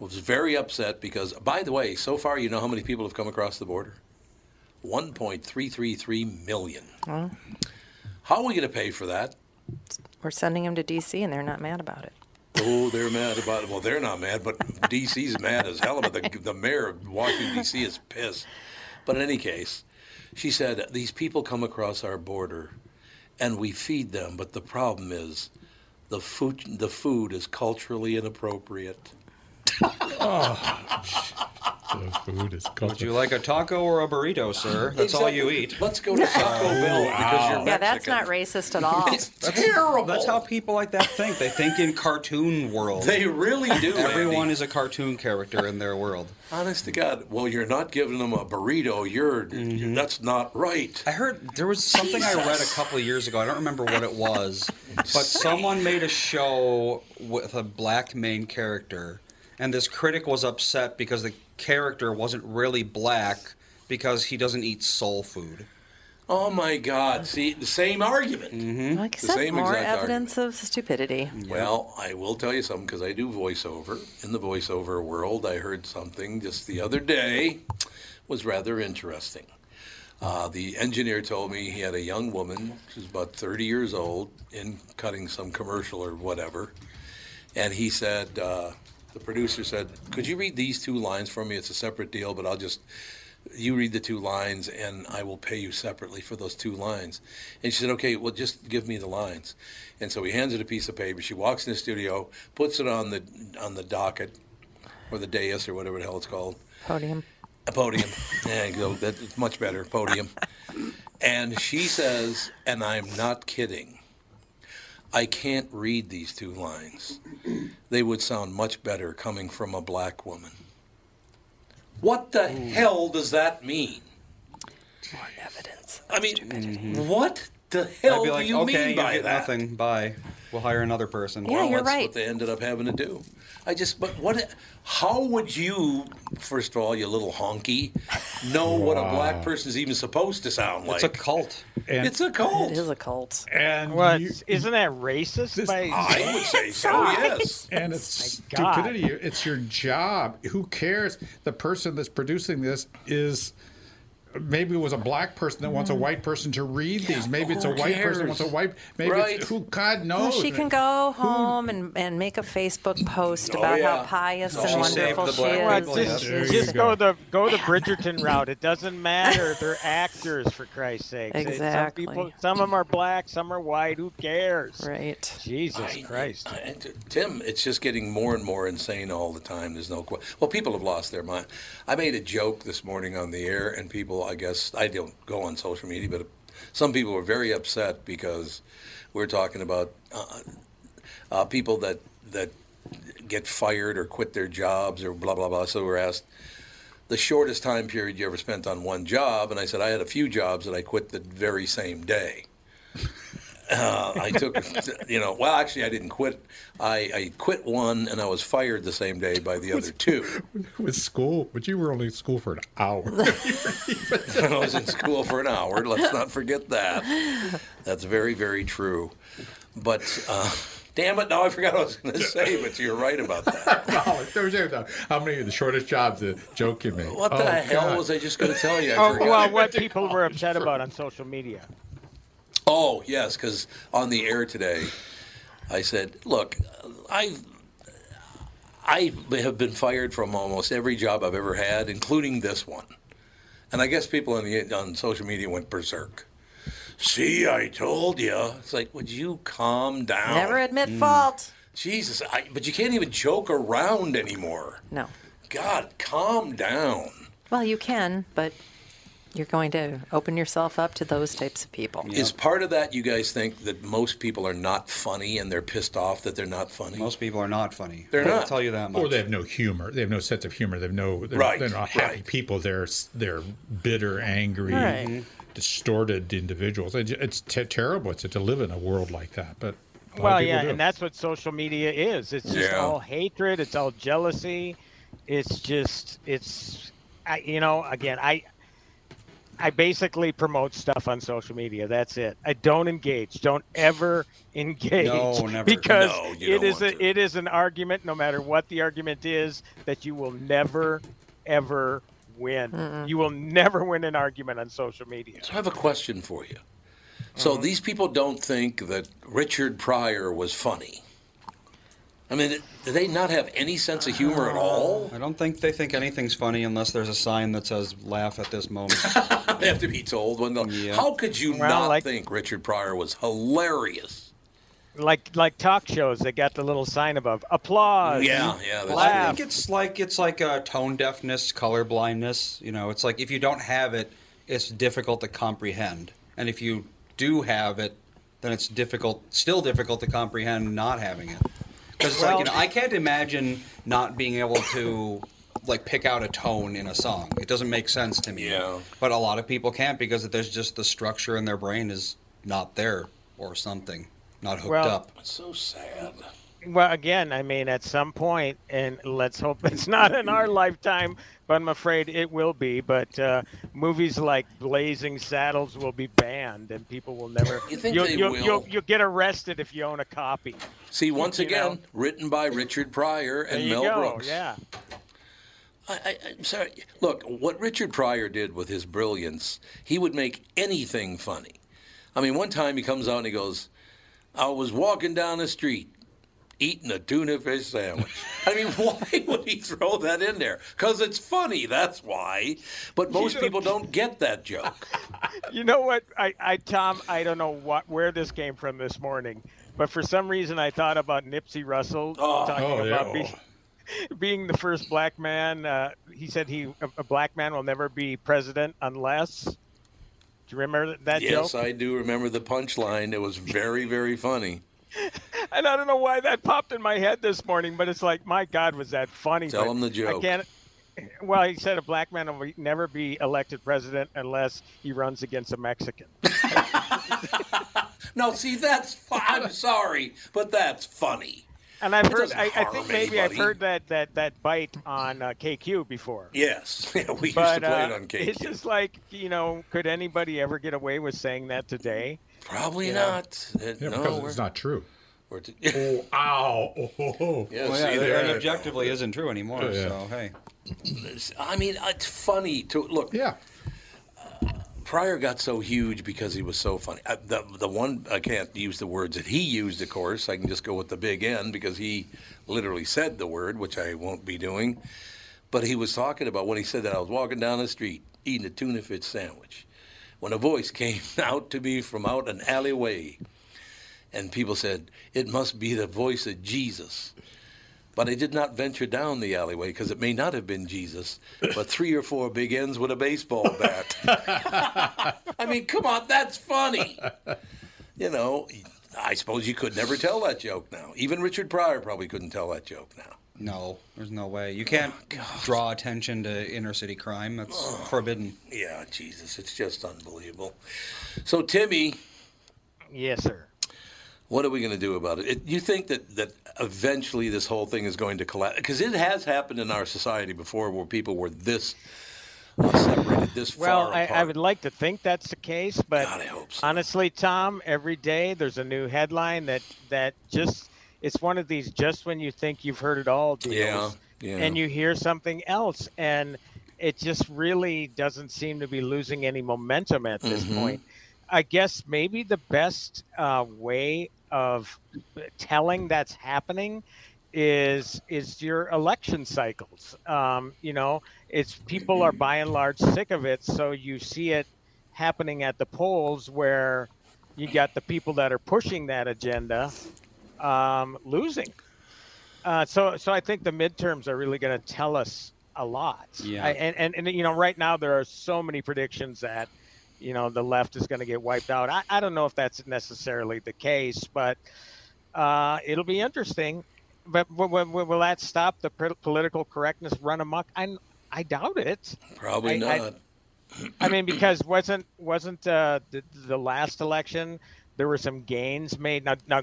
B: was very upset because, by the way, so far you know how many people have come across the border? 1.333 million.
F: Well,
B: How are we going to pay for that?
F: we're sending them to D.C. and they're not mad about it.
B: Oh, they're mad about it. Well, they're not mad, but D.C.'s mad as hell. But the, the mayor of Washington, D.C. is pissed. But in any case, she said, these people come across our border and we feed them, but the problem is the food, the food is culturally inappropriate.
G: The food is
C: Would you like a taco or a burrito, sir? That's all you eat. Oh,
B: Let's go to Taco
C: Bell because you're
F: Yeah, that's not racist at all.
C: That's terrible. That's how people like that think. They think in cartoon world.
B: They really do,
C: Everyone
B: Andy.
C: is a cartoon character in their world.
B: Honest to God, well, you're not giving them a burrito. You're that's not right.
C: Mm-hmm. I heard there was something I read a
B: Jesus.
C: couple of years ago. I don't remember what it was, but someone made a show with a black main character, and this critic was upset because the character wasn't really black because he doesn't eat soul food.
B: Oh my God! See, the same argument. Mm-hmm.
F: Like I said, more evidence of stupidity.
B: Well, I will tell you something because I do voiceover. In the voiceover world, I heard something just the other day was rather interesting. Uh, the engineer told me he had a young woman, she's about 30 years old, in cutting some commercial or whatever. And he said, uh, the producer said, Could you read these two lines for me? It's a separate deal, but I'll just, you read the two lines and I will pay you separately for those two lines. And she said, Okay, well, just give me the lines. And so he hands her a piece of paper. She walks in the studio, puts it on the, on the docket or the dais or whatever the hell it's called
F: Podium.
B: a podium. Yeah, go. That's much better. Podium. And she says, and I'm not kidding. I can't read these two lines. They would sound much better coming from a black woman. What the hell does that mean? More evidence. I mean, what the
C: Mm-hmm. I'd
B: hell
C: be
B: do
C: like,
B: you
C: okay,
B: mean
C: you
B: by
C: get
B: that?
C: nothing. Bye. We'll hire another person.
B: Well, that's what they ended up having to do. I just, but what? How would you, first of all, you little honky, know what a black person's even supposed to sound like?
C: It's a cult.
G: And-
B: it's a cult.
F: It is a cult.
G: And
A: Well,
G: you-
A: it's- isn't that racist? by-
B: I would say so. Yes.
G: and it's
A: God.
G: stupidity. It's your job. Who cares? The person that's producing this is maybe it was a black person that
F: Mm.
G: wants a white person to read these. Maybe it's a
B: who
G: white person that wants
B: cares?
G: a white. Maybe
B: Right.
G: it's who God
F: Well,
G: knows.
F: she can go home and, and make a Facebook post
B: Oh,
F: about
B: yeah.
F: how pious
B: No.
F: and
B: She
C: saved
F: wonderful
C: the
F: she
C: black
F: is.
A: Well,
C: people,
A: just
G: There
F: She's-
G: you
A: just go. the go the Bridgerton route. It doesn't matter. They're actors, for Christ's sake. Some
F: Exactly.
A: people, some of them are black, some are white. Who cares?
F: Right.
A: Jesus
B: I-
A: Christ.
B: I- I- Tim, it's just getting more and more insane all the time. There's no question. Well, people have lost their mind. I made a joke this morning on the air, and people, I guess, I don't go on social media, but some people were very upset because we're talking about uh, uh, people that that get fired or quit their jobs or blah blah blah. So we're asked the shortest time period you ever spent on one job, and I said I had a few jobs that I quit the very same day. Uh, I took, you know, well, actually, I didn't quit. I, I quit one, and I was fired the same day by the other two.
G: with school, but you were only in school for an hour.
B: I was in school for an hour. Let's not forget that. That's very, very true. But uh, Damn it! Now I forgot what I was going to say, but you're right about that.
G: Oh, there was- there was- How many of the shortest jobs that Joe can make?
B: What the
G: Oh,
B: hell
G: God.
B: was I just going to tell you? I
A: Oh,
B: forgot.
A: well, what people were upset about on social media.
B: Oh yes, because on the air today, I said, "Look, I I have been fired from almost every job I've ever had, including this one." And I guess people on the on social media went berserk. See, I told you. It's like, would you calm down? Mm.
F: Never admit fault.
B: Jesus, I, but you can't even joke around anymore.
F: No.
B: God, calm down.
F: Well, you can, but you're going to open yourself up to those types of people.
B: Is part of that you guys think that most people are not funny and they're pissed off that they're not funny? Most
C: people are not funny.
B: They're
C: I'll
B: not.
C: tell you that much.
G: Or they have no humor. They have no sense of humor. They have no. They're,
B: Right,
G: they're not happy
B: right.
G: people. They're s- they're bitter, angry,
B: Right.
G: distorted individuals. It, it's te- terrible. It's to live in a world like that. But a lot of
A: Well,
G: people
A: yeah,
G: do.
A: and that's what social media is. It's just
G: Yeah.
A: all hatred. It's all jealousy. It's just it's, I, you know, again, I, I basically promote stuff on social media. That's it. I don't engage. Don't ever engage.
C: No, never.
A: Because
C: No, you
A: it
C: don't
A: is
C: want
A: a, it is an argument, no matter what the argument is, that you will never, ever win.
B: Mm-mm.
A: You will never win an argument on social media.
B: So I have a question for you. So
A: Uh-huh.
B: these people don't think that Richard Pryor was funny. I mean, do they not have any sense of humor at all?
C: I don't think they think anything's funny unless there's a sign that says "laugh at this moment."
B: they have to be told when they'll. How could you
A: Well,
B: not
A: like-
B: think Richard Pryor was hilarious?
A: Like like talk shows, they got the little sign above applause.
C: I
A: laugh.
C: think it's like it's like uh, tone deafness, color blindness. You know, it's like if you don't have it, it's difficult to comprehend, and if you do have it, then it's difficult, still difficult to comprehend not having it. Because it's like you know, I can't imagine not being able to like pick out a tone in a song. It doesn't make sense to me. Yeah. But a lot of people can't because there's just the structure in their brain is not there or something, not hooked
A: Well,
C: up.
B: It's so sad.
A: Well, again, I mean, at some point, and let's hope it's not in our lifetime, but I'm afraid it will be. But uh, movies like Blazing Saddles will be banned, and people will never.
B: You think
A: will
B: they will?
A: You'll, you'll get arrested if you own a copy.
B: See, once
A: You know?
B: again, written by Richard Pryor and
A: there you
B: Mel
A: go.
B: Brooks.
A: Yeah.
B: I, I, I'm sorry. Look, what Richard Pryor did with his brilliance, he would make anything funny. I mean, one time he comes out and he goes, I was walking down the street eating a tuna fish sandwich. I mean, why would he throw that in there? Because it's funny, that's why. But most people don't get that joke.
A: You know what, I, I Tom, I don't know what where this came from this morning, but for some reason I thought about Nipsey Russell talking
G: Oh, yeah.
A: about be- being the first black man. Uh, he said he a, a black man will never be president unless. Do you remember that
B: yes,
A: joke?
B: I do remember the punchline. It was very, very funny.
A: And I don't know why that popped in my head this morning, but it's like, my God, was that funny?
B: Tell
A: but
B: him the joke.
A: I can't. Well, he said a black man will never be elected president unless he runs against a Mexican.
B: No, see, that's. Fu- I'm sorry, but that's funny.
A: And I've
B: It
A: heard,
B: doesn't
A: I, I
B: harm
A: think maybe I've
B: anybody.
A: heard that that that bite on uh, KQ before.
B: Yes, yeah, we used to
A: but
B: play it
A: uh,
B: on
A: it's
B: KQ.
A: just like you know, could anybody ever get away with saying that today?
B: Probably
A: You know?
B: not. Uh,
G: Yeah,
B: no,
G: because
B: we're-
G: it's not true.
B: we're t-
G: oh, ow! Oh, oh, oh.
B: Yeah,
C: Well,
B: see,
C: yeah,
B: there
C: and
B: you go.
C: objectively isn't true anymore.
G: Oh, yeah.
C: So hey,
B: I mean, it's funny to look.
G: Yeah.
B: Pryor got so huge because he was so funny. I, the the one I can't use the words that he used, of course. I can just go with the big N because he literally said the word, which I won't be doing. But he was talking about when he said that I was walking down the street eating a tuna fish sandwich, when a voice came out to me from out an alleyway, and people said it must be the voice of Jesus. But I did not venture down the alleyway because it may not have been Jesus, but three or four big ends with a baseball bat. I mean, come on, that's funny. You know, I suppose you could never tell that joke now. Even Richard Pryor probably couldn't tell that joke now.
C: no, there's no way you can't draw attention to inner city crime. That's forbidden.
B: Yeah, Jesus, it's just unbelievable. So, Timmy,
A: Yes, sir.
B: what are we going to do about it? it? You think that that eventually this whole thing is going to collapse? Because it has happened in our society before, where people were this separated, this
A: Well,
B: far
A: I,
B: apart.
A: I would like to think that's the case, but honestly, Tom, every day there's a new headline that that just it's one of these just when you think you've heard it all deals,
B: Yeah, yeah.
A: and you hear something else, and it just really doesn't seem to be losing any momentum at this
B: Mhm.
A: point. I guess maybe the best uh, way of telling that's happening is is your election cycles. Um, you know, it's people are by and large sick of it, so you see it happening at the polls where you got the people that are pushing that agenda um, losing. Uh, so, so I think the midterms are really going to tell us a lot.
C: Yeah.
A: I, and, and and you know, right now there are so many predictions that you know the left is going to get wiped out. I, I don't know if that's necessarily the case, but uh, it'll be interesting. But w- w- w- will that stop the pol- political correctness run amok? I I doubt it.
B: Probably
A: I- I-
B: not.
A: I mean, because wasn't wasn't uh, the, the last election there were some gains made. Now, now,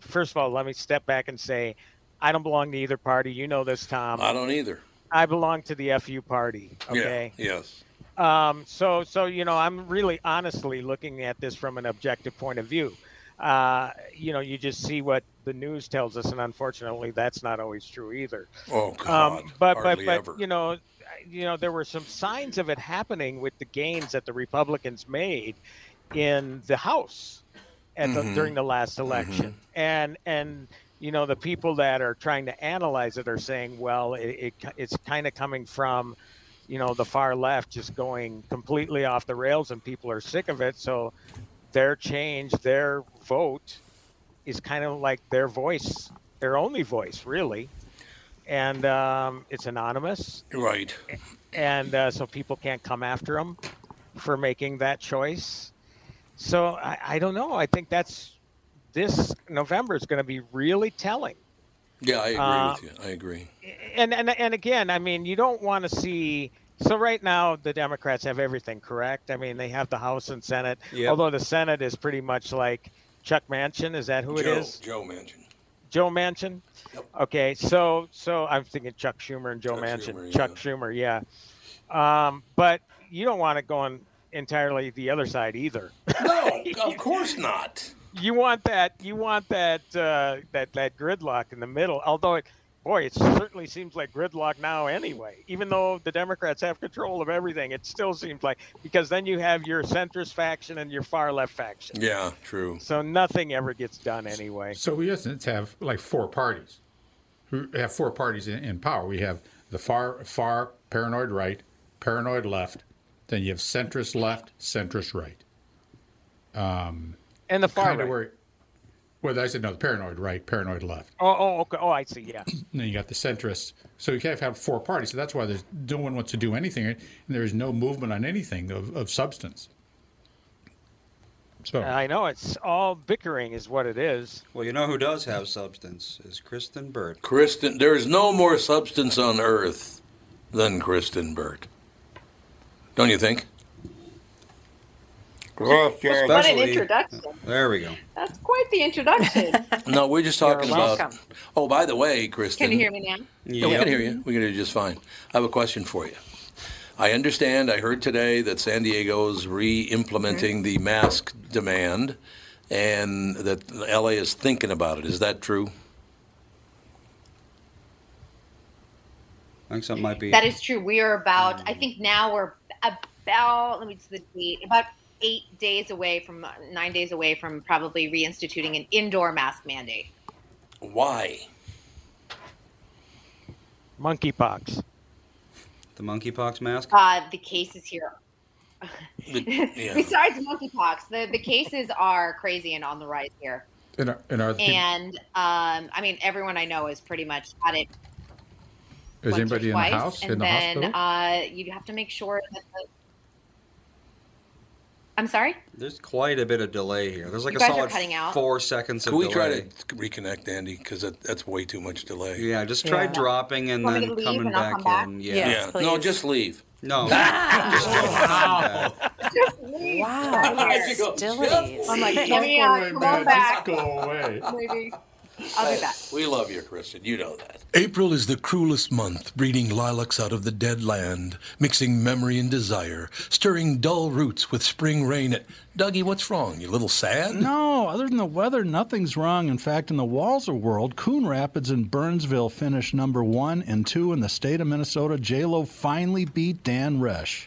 A: first of all, let me step back and say, I don't belong to either party. You know this, Tom.
B: I don't either.
A: I belong to the FU party. Okay.
B: Yeah. Yes.
A: Um, so, so you know, I'm really honestly looking at this from an objective point of view. Uh, you know, you just see what the news tells us, and unfortunately, that's not always true either. Um,
B: Oh God.
A: but but
B: Hardly
A: but
B: ever.
A: you know, you know, there were some signs of it happening with the gains that the Republicans made in the House at the,
B: Mhm.
A: during the last election, and and you know, the people that are trying to analyze it are saying, well, it, it it's kind of coming from you know the far left just going completely off the rails and people are sick of it so their change their vote is kind of like their voice their only voice really and um, it's anonymous
B: right.
A: and uh, so people can't come after them for making that choice so i, I don't know i think that's this november is going to be really telling
B: Yeah, I agree
A: uh,
B: with you. I agree.
A: and and and again, I mean, you don't want to see. So right now, the Democrats have everything correct. I mean, they have the House and Senate.
B: Yep.
A: Although the Senate is pretty much like Chuck Manchin. Is that who it
B: Joe,
A: is?
B: Joe Manchin.
A: Joe Manchin. Okay, so so I'm thinking Chuck Schumer and Joe Manchin.
B: Schumer,
A: Chuck Schumer, yeah. Um, but you don't want it going entirely the other side either.
B: No, of course not.
A: You want that. You want that. Uh, that that gridlock in the middle. Although it, boy, it certainly seems like gridlock now. Anyway, even though the Democrats have control of everything, it still seems like because then you have your centrist faction and your far left faction.
B: Yeah, true.
A: So nothing ever gets done anyway.
G: So we just have like four parties. who have four parties in, in power. We have the far far paranoid right, paranoid left, then you have centrist left, centrist right. Um,
A: and the far
G: kinda
A: right.
G: Where, well, I said no, the paranoid right, paranoid left.
A: Oh, oh, okay. Oh, I see. Yeah.
G: And then you got the centrists. So you can't have four parties. So that's why there's no one wants to do anything, and there is no movement on anything of, of substance.
B: Oh.
G: So
A: I know it's all bickering is what it is.
C: Well, you know who does have substance is Kristen Bird.
B: Kristen, there is no more substance on earth than Kristen Burt. Don't you think?
J: What an introduction.
B: There we go.
J: That's quite the introduction.
B: No, we're just talking
J: You're
B: about.
J: welcome.
B: Oh, by the way, Kristen.
J: Can you hear me now?
B: Yeah, we can hear you. We can hear you just fine. I have a question for you. I understand. I heard today that San Diego is re-implementing
J: Mm-hmm.
B: the mask demand, and that LA is thinking about it. Is that true?
C: I think something might be.
J: That is true. We are about,
G: Mm.
J: I think now we're about, let me just the date, about eight days away from, nine days away from probably reinstituting an indoor mask mandate.
B: Why?
A: Monkeypox.
C: The monkeypox mask?
J: Uh, the cases here.
C: yeah.
J: Besides monkeypox, the, the cases are crazy and on the rise here.
G: and are, and are the people-
J: And um, I mean, everyone I know has pretty much had it
G: is anybody in the
J: twice,
G: house
J: and
G: in the
J: then
G: hospital?
J: uh, you have to make sure that. The... I'm sorry.
C: There's quite a bit of delay here. There's like
J: You
C: a
J: guys are
C: solid
J: cutting out.
C: four seconds of
B: Can we
C: delay.
B: try to reconnect, Andy? Because that, that's way too much delay.
C: Yeah, just try Yeah. dropping and Want me then to leave coming and I'll back come back? in. Yeah. Yes,
B: No,
C: please.
B: just leave.
C: No.
F: Wow.
J: Still
F: hostility.
J: I'm like,
F: Hey.
J: Give me, uh, come on back.
G: away.
J: Maybe. I'll be back.
B: We love you, Kristen. You know that.
K: April is the cruelest month, breeding lilacs out of the dead land, mixing memory and desire, stirring dull roots with spring rain. At Dougie, what's wrong? You a little sad?
L: No, other than the weather, nothing's wrong. In fact, in the Walzer world, Coon Rapids and Burnsville finished number one and two in the state of Minnesota. J-Lo finally beat Dan Resch.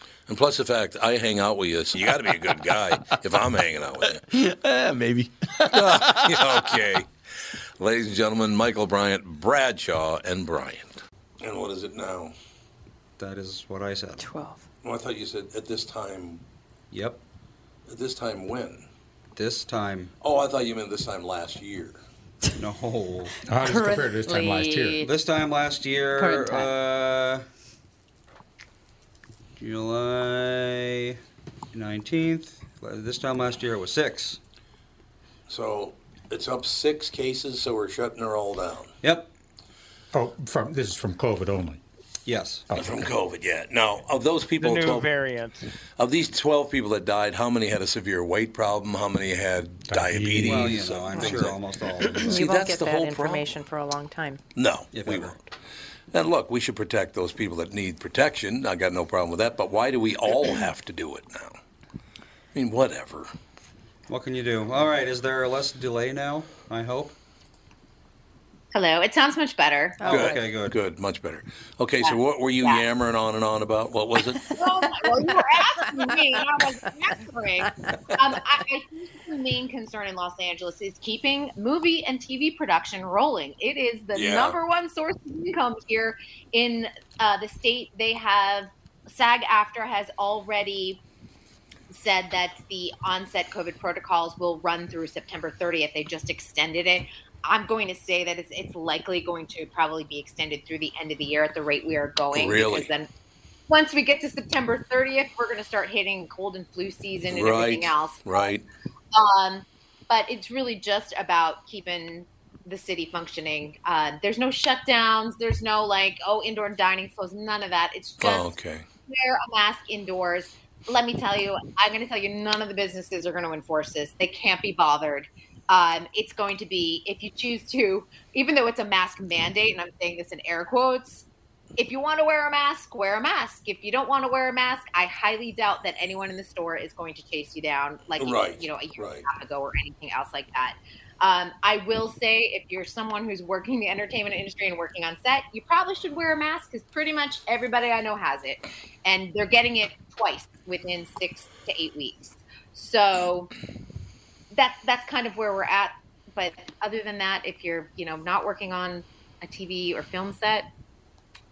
B: And plus the fact I hang out with you, so you got to be a good guy if I'm hanging out with
M: Eh, maybe.
B: you. okay. Ladies and gentlemen, Michael Bryant, Bradshaw, and Bryant. And what is it now?
C: That is what I said.
D: 12.
B: Well, I thought you said at this time.
C: Yep.
B: At this time when?
C: This time.
B: Oh, I thought you meant this time last year.
C: No.
G: How does it compare
D: to this time last year? Currently-
C: This time last year,
D: Current time.
C: Uh, July 19th. This time last year, it was six.
B: So it's up six cases, so we're shutting her all down.
C: Yep.
G: Oh, from this is from COVID only. Oh,
C: Yes.
B: From COVID, yeah. Now, of those people,
A: the new
B: 12
A: variant.
B: of these 12 people that died, how many had a severe weight problem? How many had diabetes?
C: Well, you know, I'm
B: Things
C: sure
B: like-
C: almost all of them.
F: You
B: See,
F: won't
B: that's
F: get
B: the
F: that
B: whole
F: information for a long time.
B: No, we won't. And look, we should protect those people that need protection. I got no problem with that. But why do we all have to do it now? I mean, whatever.
C: What can you do? All right. Is there less delay now? I hope.
J: Hello. It sounds much better.
B: good.
C: Oh, okay, good.
B: Good, much better. Okay, so what were you yammering on and on about? What was it?
J: well, well, you were asking me, and I was answering. Um, I, I think the main concern in Los Angeles is keeping movie and TV production rolling. It is the
N: Yeah.
J: number one source of income here in uh, the state. They have SAG-AFTRA has already said that the onset COVID protocols will run through September 30th. They just extended it. I'm going to say that it's, it's likely going to probably be extended through the end of the year at the rate we are going.
B: Really?
J: Because then once we get to September 30th, we're going to start hitting cold and flu season and
B: right.
J: everything else.
B: Right.
J: Um, but it's really just about keeping the city functioning. Uh, there's no shutdowns. There's no like, oh, indoor dining closed. None of that. It's just
B: Oh, okay.
J: wear a mask indoors. Let me tell you, I'm going to tell you, none of the businesses are going to enforce this. They can't be bothered. Um, it's going to be, if you choose to, even though it's a mask mandate, and I'm saying this in air quotes, if you want to wear a mask, wear a mask. If you don't want to wear a mask, I highly doubt that anyone in the store is going to chase you down like you-
N: Right,
J: you know a year
N: right.
J: and a half ago or anything else like that. Um, I will say, if you're someone who's working the entertainment industry and working on set, you probably should wear a mask because pretty much everybody I know has it, and they're getting it twice within six to eight weeks. So that's that's kind of where we're at. But other than that, if you're you know not working on a TV or film set,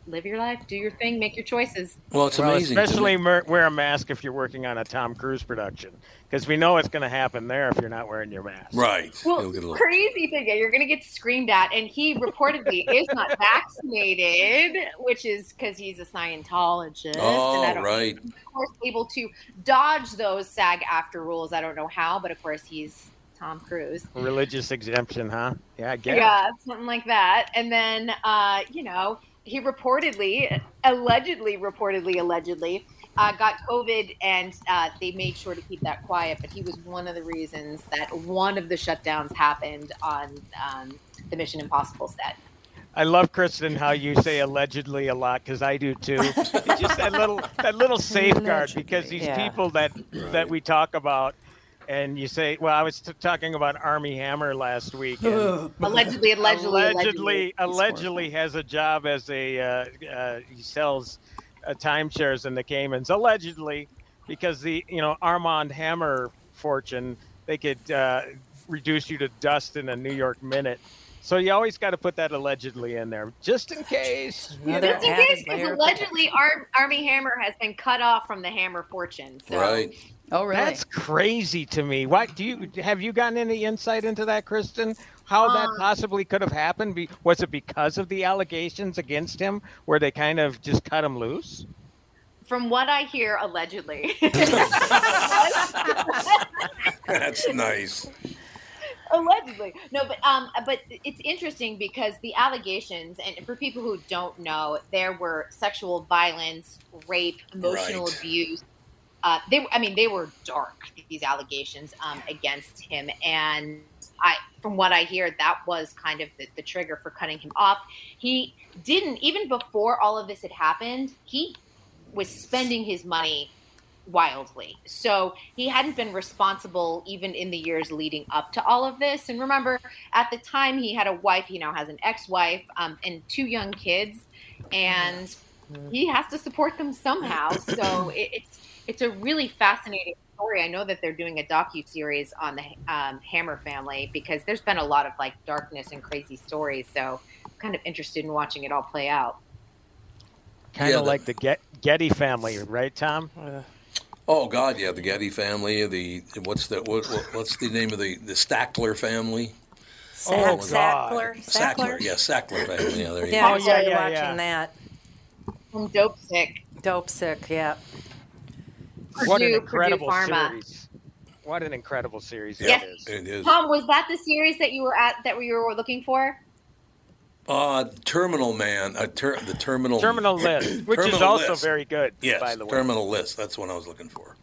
J: live your life, do your thing, make your choices.
A: Especially mer- wear a mask if you're working on a Tom Cruise production, because we know it's going to happen there if you're not wearing your mask.
B: Right.
J: Well, crazy thing, yeah, you're gonna get screamed at, and he reportedly is not vaccinated, which is because he's a Scientologist. and I
B: Oh,
J: don't-
B: right.
J: Of course, able to dodge those SAG after rules. I don't know how, but of course, he's Tom Cruise.
A: Religious exemption, huh? Yeah, I get
J: yeah, something like that. And then, uh, you know, he reportedly, allegedly, reportedly, allegedly, uh, got COVID, and uh, they made sure to keep that quiet. But he was one of the reasons that one of the shutdowns happened on um, the Mission Impossible set.
A: I love Kristen how you say allegedly a lot because I do too. It's just that little that little safeguard because these
N: yeah.
A: people that that we talk about, and you say, well, I was t- talking about Army Hammer last week. and-
J: Allegedly, allegedly, allegedly.
A: allegedly, allegedly has a job as a uh, uh, he sells uh, timeshares in the Caymans. Allegedly, because the you know Armand Hammer fortune, they could uh, reduce you to dust in a New York minute. So you always got to put that allegedly in there, just in case. you know.
J: Just in case, because allegedly Ar- Army Hammer has been cut off from the Hammer fortune. So.
D: Oh, really?
A: That's crazy to me. Why do you have you gotten any insight into that, Kristen? How that
J: Um,
A: possibly could have happened? Be, was it because of the allegations against him, where they kind of just cut him loose?
J: From what I hear, allegedly.
B: That's nice.
J: allegedly no but um but it's interesting because the allegations and for people who don't know there were sexual violence rape emotional
O: Right.
J: abuse uh they i mean they were dark these allegations um against him and i from what i hear that was kind of the, the trigger for cutting him off he didn't even before all of this had happened he was spending his money wildly. So he hadn't been responsible even in the years leading up to all of this. And remember, at the time, he had a wife. He now has an ex-wife um, and two young kids, and he has to support them somehow. So it, it's it's a really fascinating story. I know that they're doing a docu series on the um, Hammer family because there's been a lot of like darkness and crazy stories. So I'm kind of interested in watching it all play out.
A: Kind of like the Get, Getty family, right, Tom?
B: Oh God, yeah, the Getty family, the what's the what, what, what's the name of the the Stackler family?
F: Sack-
B: Oh, my God.
F: Sackler? Sackler?
B: Sackler, yeah, Sackler family. Yeah, there
F: Oh,
B: you
F: yeah,
B: go.
F: I started watching that.
J: I'm dope sick.
F: Dope sick, yeah.
A: what an
J: Purdue- Purdue
A: incredible
J: Pharma.
A: series! What an incredible series
B: Yeah,
A: it is.
B: it is.
J: Tom, was that the series that you were at that you were looking for?
B: Uh, Terminal Man, uh, ter- the Terminal
A: Terminal List, which is
B: Oh, Terminal
A: also
B: List.
A: very good,
B: Yes,
A: by the way.
B: Terminal List. That's what I was looking for.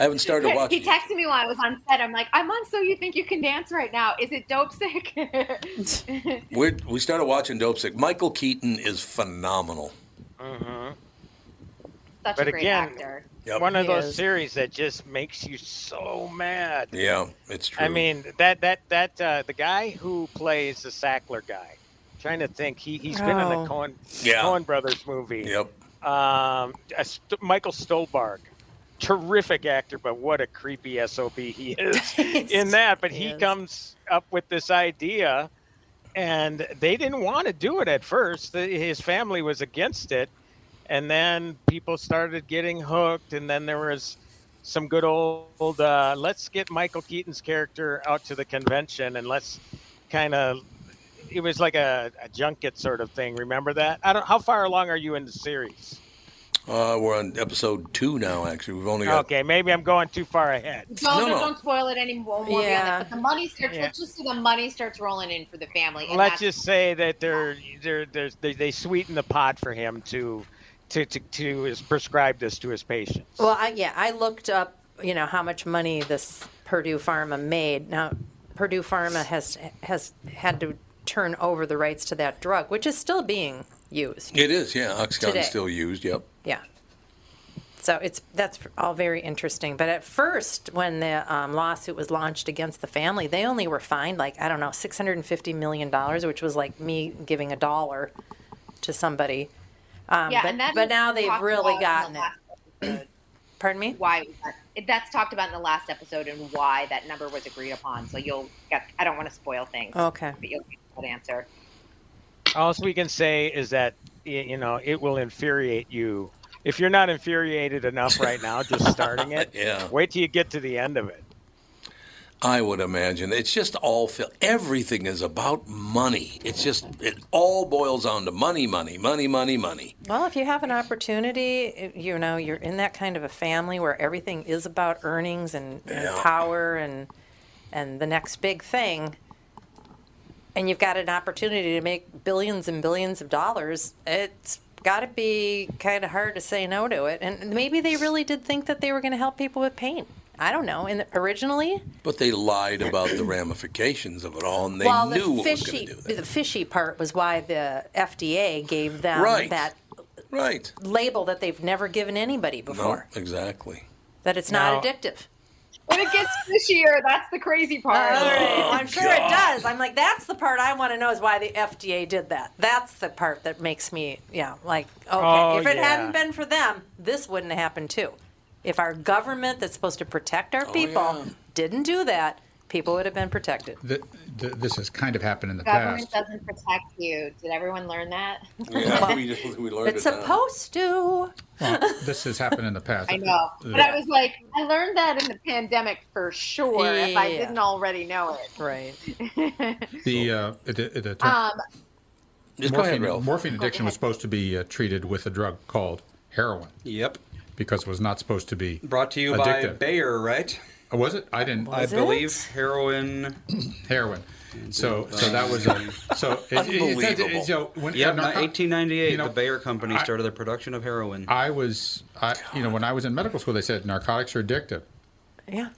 B: I haven't started
J: he
B: watching. it.
J: texted me while I was on set. I'm like, I'm on So You Think You Can Dance right now. Is it dope sick?
B: We're, we started watching Dope Sick. Michael Keaton is phenomenal.
A: Mhm.
J: Such
A: But
J: a great
A: again,
J: actor.
B: Yep.
A: One of
B: He
A: those
B: is.
A: series that just makes you so mad.
B: Yeah, it's true.
A: I mean that that that uh, the guy who plays the Sackler guy. Trying to think, he he's been in
B: Oh.
A: the Cohen
B: Yeah.
A: Cohen Brothers movie.
B: Yep.
A: Um, a St- Michael Stolbarg, terrific actor, but what a creepy sob he is in that. But he
N: Yes.
A: comes up with this idea, and they didn't want to do it at first. The- His family was against it, and then people started getting hooked, and then there was some good old uh, let's get Michael Keaton's character out to the convention and let's kind of it was like a, a junket sort of thing. Remember that? I don't. How far along are you in the series?
B: uh, we're on episode two now. Actually, we've only got
A: Okay, maybe I'm going too far ahead.
J: No,
B: Oh, No,
J: no,
B: no.
J: don't spoil it anymore.
A: Yeah.
J: Yeah. But the money starts.
A: Yeah.
J: Let's just say the money starts rolling in for the family. And
A: Let's
J: that's-
A: just say that they're they're, they're they they sweeten the pot for him to to to, to is prescribe this to his patient.
F: Well, I, yeah, I looked up, you know, how much money this Purdue Pharma made. Now, Purdue Pharma has has had to turn over the rights to that drug, which is still being used.
B: It is, yeah.
F: Today.
B: Oxycontin's still used. Yep.
F: Yeah. So it's that's all very interesting. But at first, when the um, lawsuit was launched against the family, they only were fined like I don't know, six hundred and fifty million dollars, which was like me giving a dollar to somebody. Um,
J: yeah,
F: but,
J: and that
F: but
J: is
F: now they've
J: talked
F: really
J: about in
F: gotten
J: the
F: it.
J: last
F: Pardon me.
J: Why that- that's talked about in the last episode and why that number was agreed upon. So you'll get. I don't want to spoil things.
F: Okay.
J: But you'll get that answer.
A: All we can say is that y- you know it will infuriate you if you're not infuriated enough right now just starting it.
B: Yeah.
A: Wait till you get to the end of it.
B: I would imagine it's just all fi- everything is about money. It's just it all boils down to money, money, money, money, money.
F: Well, if you have an opportunity, i- you know, you're in that kind of a family where everything is about earnings and, and
B: Yeah.
F: power and and the next big thing. and you've got an opportunity to make billions and billions of dollars, it's got to be kind of hard to say no to it. And maybe they really did think that they were going to help people with pain. I don't know. And originally,
B: But they lied about the ramifications of it all, and they
F: well,
B: knew
F: the
B: what was
F: fishy
B: going to do.
F: the fishy part was why the FDA gave them
B: Right.
F: that
B: right
F: label that they've never given anybody before.
B: No, exactly.
F: That it's not
B: Now-
F: addictive.
J: When it gets fishier, that's the crazy part.
F: All right.
B: Oh,
F: I'm sure it does. I'm like, that's the part I want to know is why the FDA did that. That's the part that makes me, yeah, like, okay,
J: Oh,
F: if it
J: yeah.
F: hadn't been for them, this wouldn't have happened too. If our government that's supposed to protect
B: Oh,
F: our people didn't do that, people would have been protected.
G: Th- th- this has kind of happened in the past.
J: Government doesn't protect you. Did everyone learn that?
B: we,
G: learned
F: it's supposed to.
G: Well, this has happened in the past.
J: I know. But I was like, I learned that in the pandemic for sure, if I
F: Yeah.
J: didn't already know it.
F: Right.
G: the uh, the, the term-
J: Um,
B: Just go
G: morphine,
B: ahead, Ralph.
G: morphine addiction was supposed to be uh, treated with a drug called heroin.
C: Yep.
G: Because it was not supposed to be
C: Brought to you by
G: addictive.
C: Bayer, right?
G: Uh, Was it? I didn't.
C: I believe heroin.
G: heroin. So, so that was a, so it- it- it-
C: Unbelievable.
G: so when-
C: yeah,
G: and I'm not-
C: 1898,
G: you know,
C: the Bayer company
G: I-
C: started the production of heroin.
G: I was, I, you know, when I was in medical school, they said narcotics are addictive.
F: Yeah.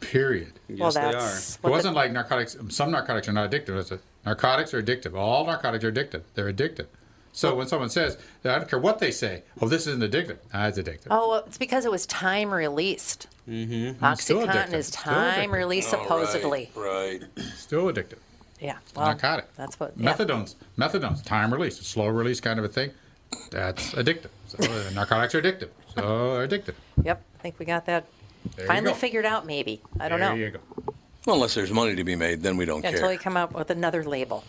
G: Period.
F: Well, Yes, they that's
G: It
F: are. what
G: wasn't like narcotics. Some narcotics are not addictive. It's a, narcotics are addictive. All narcotics are addictive. They're addictive. So when someone says, I don't care what they say, oh, this isn't addictive. Ah, it's addictive.
F: Oh, well, it's because it was time released.
G: Mm-hmm.
F: Oxycontin is time released, supposedly.
B: Right.
G: Still addictive.
F: Yeah. Well,
G: narcotic.
F: That's what. yeah.
G: Methadone's, methadone's time release, a slow release kind of a thing. That's addictive. So uh, narcotics are addictive. So they're addictive.
F: Yep. I think we got that
B: There you
F: finally
B: go.
F: figured out, maybe. I don't know.
G: go.
B: Well, unless there's money to be made, then we don't
F: Until
B: care.
F: we come up with another label.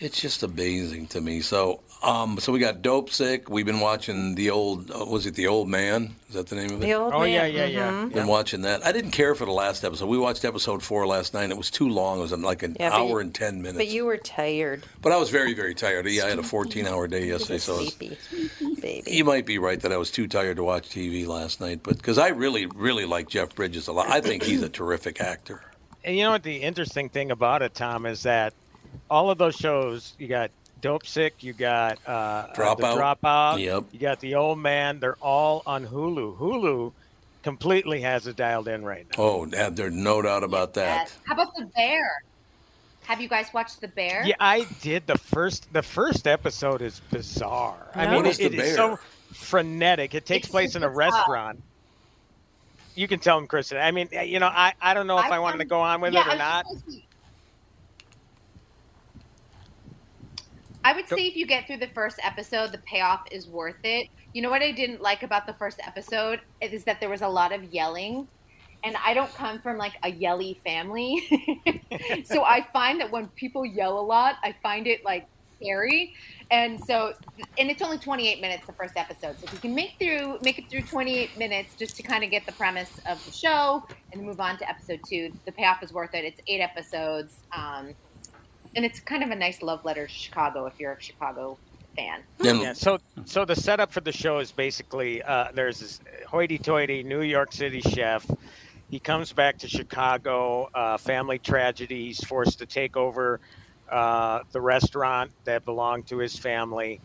B: It's just amazing to me. So, um, so we got dope sick. We've been watching the old. Uh, was it the old man? Is that the name of it?
F: The Old Oh, Man, yeah, yeah, yeah. mhm.
B: Been watching that. I didn't care for the last episode. We watched episode four last night. and It was too long. It was um, like an
F: Yeah, but
B: hour
F: you-
B: and ten minutes.
F: But you were tired,
B: But I was very, very tired. Yeah, I had a 14 hour day yesterday, so I was-
F: sleepy, baby.
B: you might be right that I was too tired to watch TV last night. But because I really, really like Jeff Bridges a lot, I think he's a terrific actor.
A: And you know what the interesting thing about it, Tom, is that all of those shows you got Dope Sick, you got uh, uh, the
B: Dropout.
A: Dropout,
B: Yep.
A: you got The Old Man. They're all on Hulu. Hulu completely has it dialed in right now.
B: Oh, Dad, there's no doubt about that.
J: How about the bear? Have you guys watched the bear?
A: Yeah, I did the first. The first episode is bizarre. I
B: No.
A: mean,
B: What is
A: it-
B: The
A: it is so frenetic. It takes place in a restaurant. You can tell him, Kristen. I mean, you know, I, I don't know if I, wanted to go on with
J: yeah,
A: it
J: I
A: or
J: was
A: not.
J: I would
A: Go-
J: say if you get through the first episode, the payoff is worth it. You know what I didn't like about the first episode is that there was a lot of yelling. And I don't come from like a yelly family. so I find that when people yell a lot, I find it like scary. And so and it's only 28 minutes the first episode. So if you can make through make it through 28 minutes just to kind of get the premise of the show and move on to episode 2, the payoff is worth it. It's 8 episodes. Um and it's kind of a nice love letter to Chicago if you're a Chicago fan.
A: Yeah, so so the setup for the show is basically uh, there's this hoity-toity New York City chef. He comes back to Chicago. Uh, family tragedy. He's forced to take over uh, the restaurant that belonged to his family,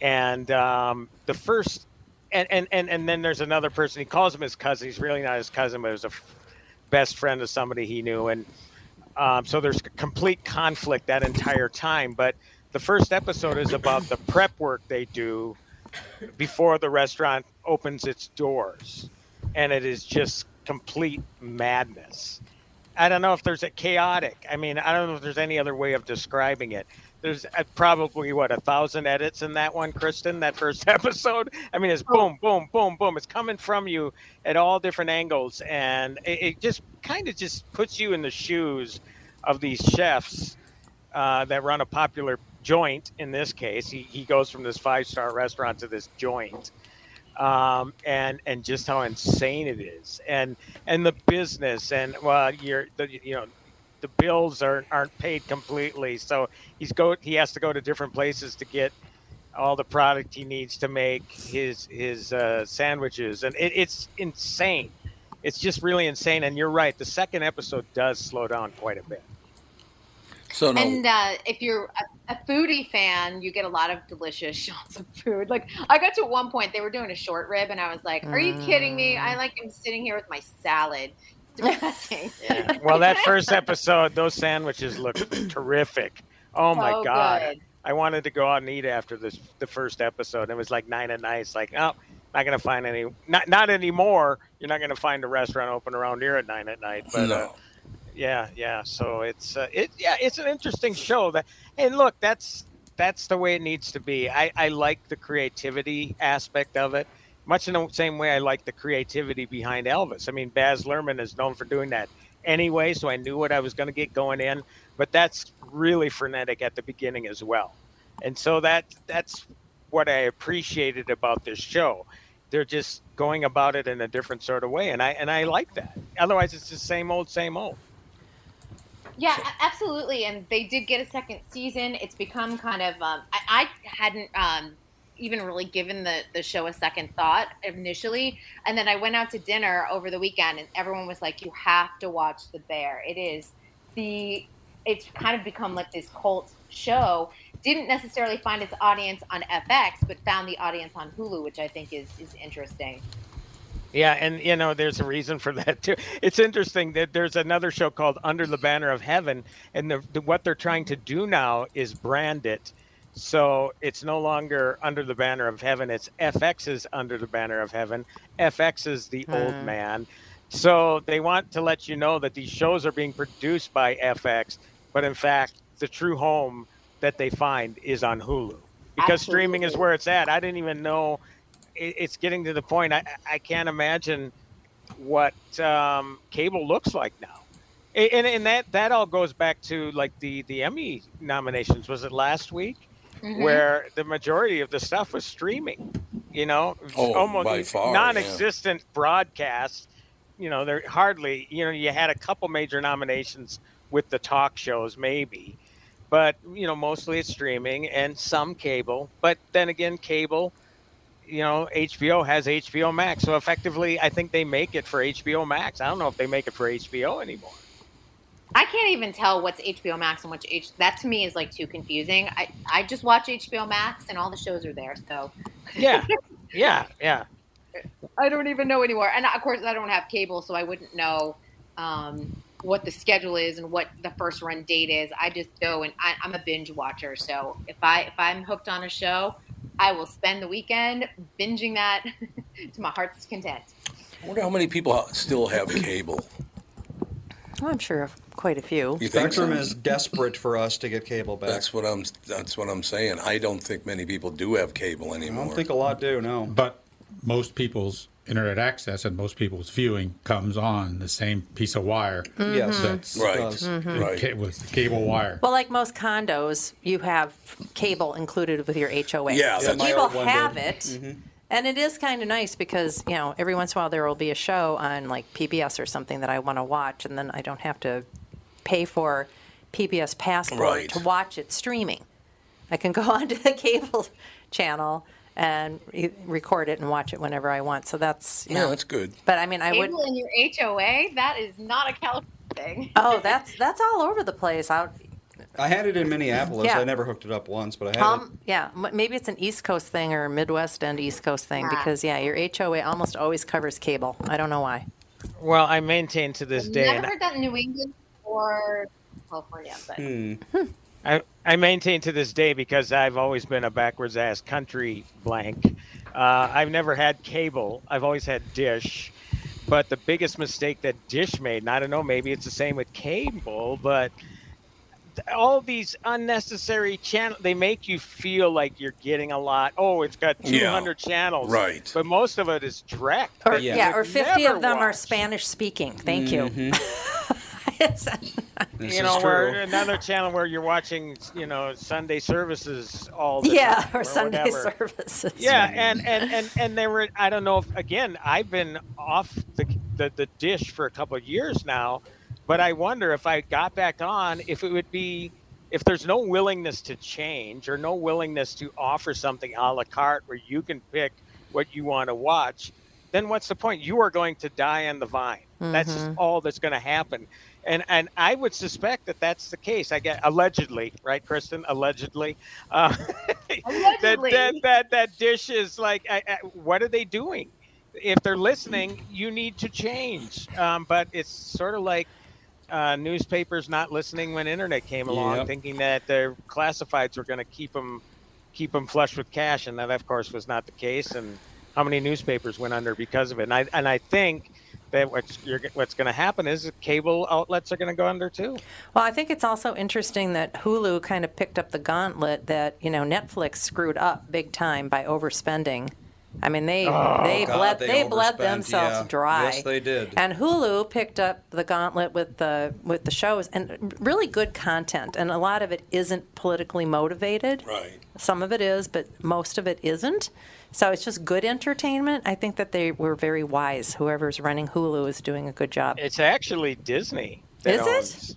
A: and um, the first. And, and, and, and then there's another person. He calls him his cousin. He's really not his cousin, but it was a f- best friend of somebody he knew. And um, so there's complete conflict that entire time. But the first episode is about the prep work they do before the restaurant opens its doors, and it is just complete madness. I don't know if there's a chaotic. I mean, I don't know if there's any other way of describing it. There's uh, probably what a thousand edits in that one, Kristen. That first episode. I mean, it's boom, boom, boom, boom. It's coming from you at all different angles, and it, it just kind of just puts you in the shoes of these chefs uh, that run a popular joint. In this case, he, he goes from this five star restaurant to this joint um, and and just how insane it is, and and the business, and well, you're the, you know, the bills aren't aren't paid completely, so he's go he has to go to different places to get all the product he needs to make his his uh, sandwiches, and it, it's insane. It's just really insane, and you're right. The second episode does slow down quite a bit.
B: So no.
J: And uh, if you're a, a foodie fan, you get a lot of delicious shots of food. Like I got to at one point, they were doing a short rib, and I was like, "Are you kidding me?
A: Mm.
J: I like am sitting here with my salad." It's depressing.
A: Well, that first episode, those sandwiches looked terrific. Oh my
J: So
A: god!
J: good.
A: I wanted to go out and eat after this the first episode. It was like nine at night. It's like, oh, not gonna find any. Not not anymore. You're not gonna find a restaurant open around here at nine at night. But uh,
B: No.
A: yeah, yeah. So it's uh, it yeah, it's an interesting show. That and look, that's that's the way it needs to be. I I like the creativity aspect of it. Much in the same way I like the creativity behind Elvis. I mean, Baz Luhrmann is known for doing that anyway, so I knew what I was going to get going in. But that's really frenetic at the beginning as well, and so that that's what I appreciated about this show. They're just going about it in a different sort of way, and I and I like that. Otherwise, it's the same old, same old.
J: Yeah, a- absolutely. And they did get a second season. It's become kind of. Um, I, I hadn't um, even really given the the show a second thought initially, and then I went out to dinner over the weekend, and everyone was like, "You have to watch The Bear. It is the. It's kind of become like this cult show. Didn't necessarily find its audience on FX, but found the audience on Hulu, which I think is is interesting.
A: Yeah, and you know, there's a reason for that too. It's interesting that there's another show called Under the Banner of Heaven, and the, the, what they're trying to do now is brand it. So it's no longer Under the Banner of Heaven. It's FX's Under the Banner of Heaven. FX is the
N: Hmm.
A: old man. So they want to let you know that these shows are being produced by FX, but in fact, the true home that they find is on Hulu because streaming is
N: Absolutely.
A: where it's at. I didn't even know it, it's getting to the point. I, I can't imagine what um, cable looks like now. A- And, and that, that all goes back to like the, the Emmy nominations. Was it last week?
J: Mm-hmm.
N: Mhm.
A: Where the majority of the stuff was streaming, you know,
B: Oh, by far, yeah.
A: non-existent broadcasts. You know, there hardly, you know, you had a couple major nominations with the talk shows, maybe, but you know, mostly it's streaming and some cable. But then again, cable, you know, HBO has HBO Max, so effectively, I think they make it for HBO Max. I don't know if they make it for HBO anymore.
J: I can't even tell what's HBO Max and what's H. That to me is like too confusing. I, I just watch HBO Max and all the shows are there, so
A: Yeah, yeah, yeah.
J: I don't even know anymore. And of course, I don't have cable, so I wouldn't know um, what the schedule is and what the first run date is. I just go and I, I'm a binge watcher. So if I if I'm hooked on a show, I will spend the weekend binging that to my heart's content.
B: I wonder how many people still have cable.
F: Well, I'm sure of quite a few.
B: You think
C: Oh, Spectrum
B: so?
C: is desperate for us to get cable back.
B: That's what I'm. That's what I'm saying. I don't think many people do have cable anymore.
C: I don't think a lot do, no.
G: But most people's internet access and most people's viewing comes on the same piece of wire.
F: Mhm. Yes.
G: that's
F: Right,
G: that's-
F: Mhm.
B: right.
G: It was the cable wire.
F: Well, like most condos, you have cable included with your HOA.
G: Yeah,
F: so
G: that's- Yeah, my
F: people
G: old one
F: have
G: did.
F: it. And it is kind of nice because, you know, every once in a while there will be a show on like PBS or something that I want to watch, and then I don't have to pay for PBS Passport
N: Right.
F: to watch it streaming. I can go onto the cable channel and re- record it and watch it whenever I want. So that's, you
B: Yeah,
F: know.
B: that's good.
F: But I mean, I would.
J: cable in your HOA? That is not a California thing.
F: Oh, that's that's all over the place. Out
C: I had it in Minneapolis.
F: Yeah.
C: I never hooked it up once, but I had
F: Um, yeah, m- maybe it's an East Coast thing or a Midwest and East Coast thing because yeah, your HOA almost always covers cable. I don't know why.
A: Well, I maintain to this day, and
J: Never heard that in New England or California, but
C: Hmm.
A: I, I maintain to this day because I've always been a backwards ass country blank. Uh, I've never had cable. I've always had dish. But the biggest mistake that dish made, and I don't know, maybe it's the same with cable, but th- all these unnecessary channel they make you feel like you're getting a lot. Oh, it's got
F: Yeah.
A: 200 channels.
F: Right.
A: But most of it is dreck.
F: Or
A: that
F: yeah,
A: you
F: or
A: would
F: fifty
A: never Mm.
F: of them
A: watch.
F: are Spanish speaking. Thank you.
A: you know, where another channel where you're watching, you know, Sunday services all the
F: Yeah,
A: time
F: or Sunday
A: whatever.
F: services.
A: Yeah, and, and, and, and they were. I don't know. if Again, I've been off the the, the dish for a couple of years now, but I wonder if I got back on, if it would be, if there's no willingness to change or no willingness to offer something a la carte where you can pick what you want to watch, then what's the point? You are going to die on the vine. That's just
N: Mhm.
A: all that's going to happen. and and I would suspect that that's the case. I get allegedly, right, Kristen? Allegedly, uh, that,
J: Allegedly.
A: that that that dish is like, I, I, what are they doing? If they're listening, you need to change. Um, but it's sort of like uh, newspapers not listening when internet came along,
C: Yep.
A: thinking that their classifieds were going to keep them keep them flush with cash, and that of course was not the case. And how many newspapers went under because of it? And I and I think that what's you're, what's going to happen is that cable outlets are going to go under too.
F: Well, I think it's also interesting that Hulu kind of picked up the gauntlet that you know Netflix screwed up big time by overspending. I mean, they they
C: Oh,
F: bled
C: God,
F: they, bled
C: overspent,
F: themselves
C: yeah.
F: dry.
C: Yes, they did.
F: And Hulu picked up the gauntlet with the with the shows and really good content, and a lot of it isn't politically motivated.
B: Right.
F: Some of it is, but most of it isn't. So it's just good entertainment. I think that they were very wise. Whoever's running Hulu is doing a good job.
A: It's actually Disney.
F: Is
A: that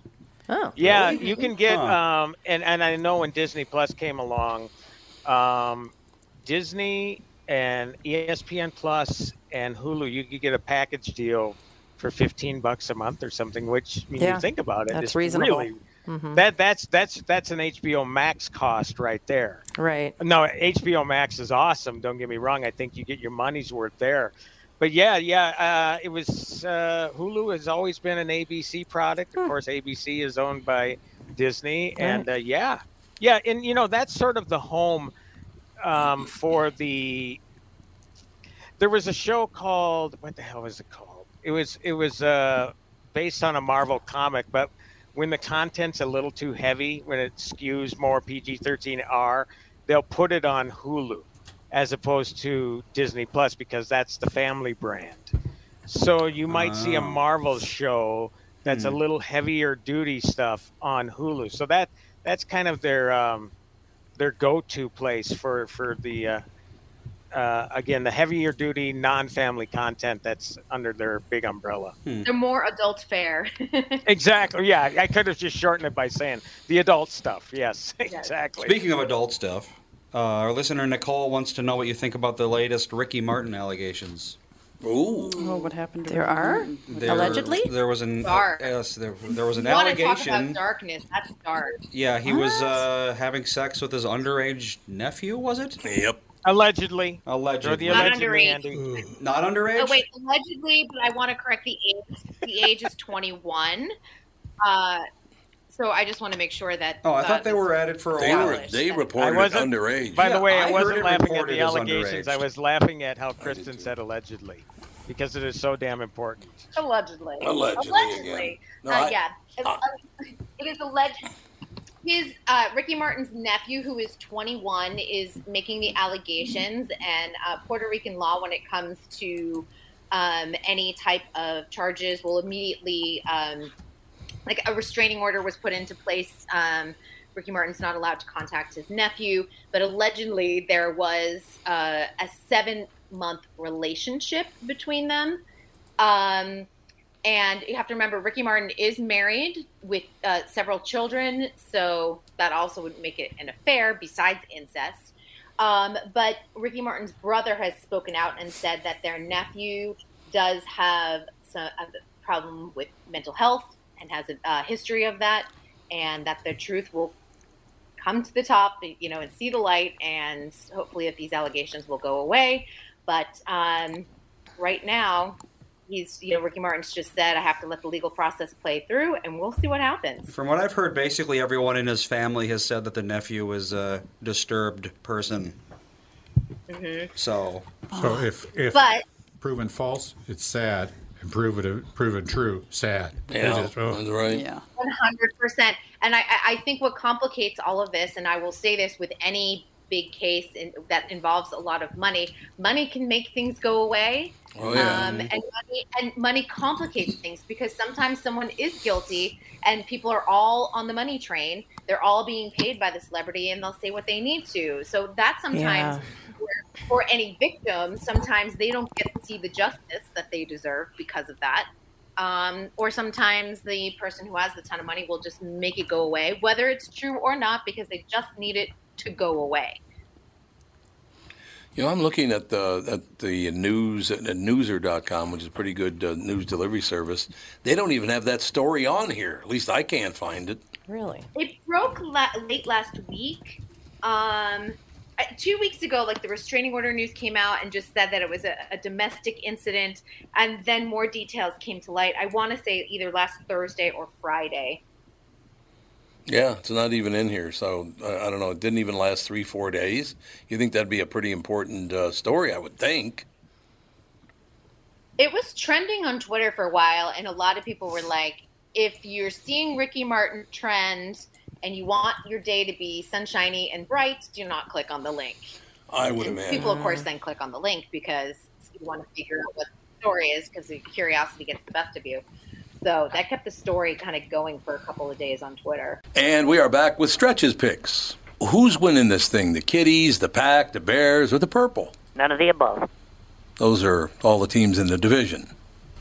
F: it? Oh,
A: Yeah, you can get
F: Huh.
A: um and and I know when Disney Plus came along, um Disney and E ESPN Plus and Hulu, you could get a package deal for 15 bucks a month or something, which when
F: Yeah.
A: you think about it,
F: That's
A: is
F: reasonable.
A: really
F: Mhm.
A: that that's that's that's an HBO Max cost right there.
F: Right.
A: No, HBO Max is awesome. Don't get me wrong. I think you get your money's worth there. But yeah, yeah, uh, it was uh, Hulu has always been an ABC product. Of course, ABC is owned by Disney, and uh, yeah, yeah, and you know that's sort of the home um, for the. There was a show called what the hell was it called? It was it was uh, based on a Marvel comic, but when the content's a little too heavy, when it skews more PG-13R, they'll put it on Hulu as opposed to Disney Plus because that's the family brand. So you might see a
C: Oh.
A: Marvel show that's a
C: Hmm.
A: little heavier duty stuff on Hulu. So that that's kind of their um, their go-to place for for the uh, uh, again the heavier duty non-family content that's under their big umbrella.
C: Hmm.
J: They're more adult fare.
A: Exactly. Yeah, I could have just shortened it by saying the adult stuff. Yes,
J: Yes.
A: exactly.
C: Speaking of adult stuff, uh, our listener Nicole wants to know what you think about the latest Ricky Martin allegations. Ooh.
D: Oh, what happened to
F: There
D: Ricky
F: are?
D: Martin? What
C: There,
D: happened?
C: there was an
J: Dark.
C: yes, there, there was an
J: you want to talk about
C: allegation.
J: darkness? That's dark.
C: Yeah, he was uh, having sex with his underage nephew. Was it?
B: Yep.
A: Allegedly.
C: Allegedly.
J: Not allegedly, underage. Andy.
C: Not underage.
J: Oh wait, allegedly, but I want to correct the age. The age is 21. Uh, so I just want to make sure that.
C: Oh, I
J: uh,
C: thought they were at it for a
B: They
C: while.
B: were they
A: I
B: reported
A: wasn't
B: underage.
A: By the way,
C: Yeah,
A: I,
C: I heard
A: wasn't
C: it
A: laughing at
C: reported
A: the
C: as
A: allegations. I
C: underage.
A: was laughing at how Kristen said allegedly, because it is so damn important.
J: Allegedly.
A: Allegedly, again.
J: Allegedly.
A: No,
J: uh,
A: I-
J: yeah. It's- it is alleged. His uh, Ricky Martin's nephew, who is 21, is making the allegations, and uh, Puerto Rican law, when it comes to um, any type of charges, will immediately um, like a restraining order was put into place. Um, Ricky Martin's not allowed to contact his nephew, but allegedly there was uh, a seven month relationship between them. Um, and you have to remember, Ricky Martin is married with uh, several children, so that also would make it an affair besides incest. Um, but Ricky Martin's brother has spoken out and said that their nephew does have some, a problem with mental health and has a uh, history of that, and that the truth will come to the top, you know, and see the light, and hopefully that these allegations will go away. But um, right now, he's, you know, Ricky Martin's just said, I have to let the legal process play through, and we'll see what happens.
C: From what I've heard, basically everyone in his family has said that the nephew is a disturbed person.
J: hmm
C: So,
G: So if if
J: But
G: proven false, it's sad. And proven proven true, sad.
B: Yeah,
G: It's just, oh.
B: that's right.
D: Yeah.
J: One hundred percent. And I, I- I think what complicates all of this, and I will say this with any big case in, that involves a lot of money, money can make things go away.
B: Oh, yeah.
J: um, and money and money complicates things because sometimes someone is guilty, and people are all on the money train. They're all being paid by the celebrity, and they'll say what they need to. So that
F: Yeah.
J: sometimes. for- For any victim, sometimes they don't get to see the justice that they deserve because of that um, or sometimes the person who has the ton of money will just make it go away, whether it's true or not, because they just need it to go away.
B: You know, I'm looking at the at the news at newser.com, which is a pretty good uh, news delivery service. They don't even have that story on here. At least I can't find it.
F: Really?
J: It broke la- late last week. Um, uh, two weeks ago, like the restraining order news came out and just said that it was a, a domestic incident, and then more details came to light. I want to say either last Thursday or Friday.
B: Yeah, it's not even in here. So uh, I don't know. It didn't even last three, four days. You think that'd be a pretty important uh, story? I would think.
J: It was trending on Twitter for a while, and a lot of people were like, if you're seeing Ricky Martin trend and you want your day to be sunshiny and bright, do not click on the link.
B: I would
J: And
B: imagine.
J: people, of course, then click on the link because you want to figure out what the story is because the curiosity gets the best of you. So that kept the story kind of going for a couple of days on Twitter.
B: And we are back with stretches picks. Who's winning this thing? The Kitties, the Pack, the Bears, or the Purple?
N: None of the above.
B: Those are all the teams in the division.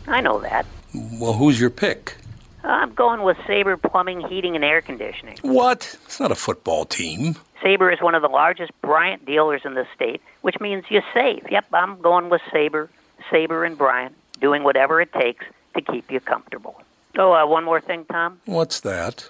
N: I know that.
B: Well, who's your pick?
N: I'm going with Sabre Plumbing, Heating, and Air Conditioning.
B: What? It's not a football team.
N: Sabre is one of the largest Bryant dealers in the state, which means you save. Yep, I'm going with Sabre, Sabre and Bryant, doing whatever it takes to keep you comfortable. Oh, uh, one more thing, Tom.
K: What's that?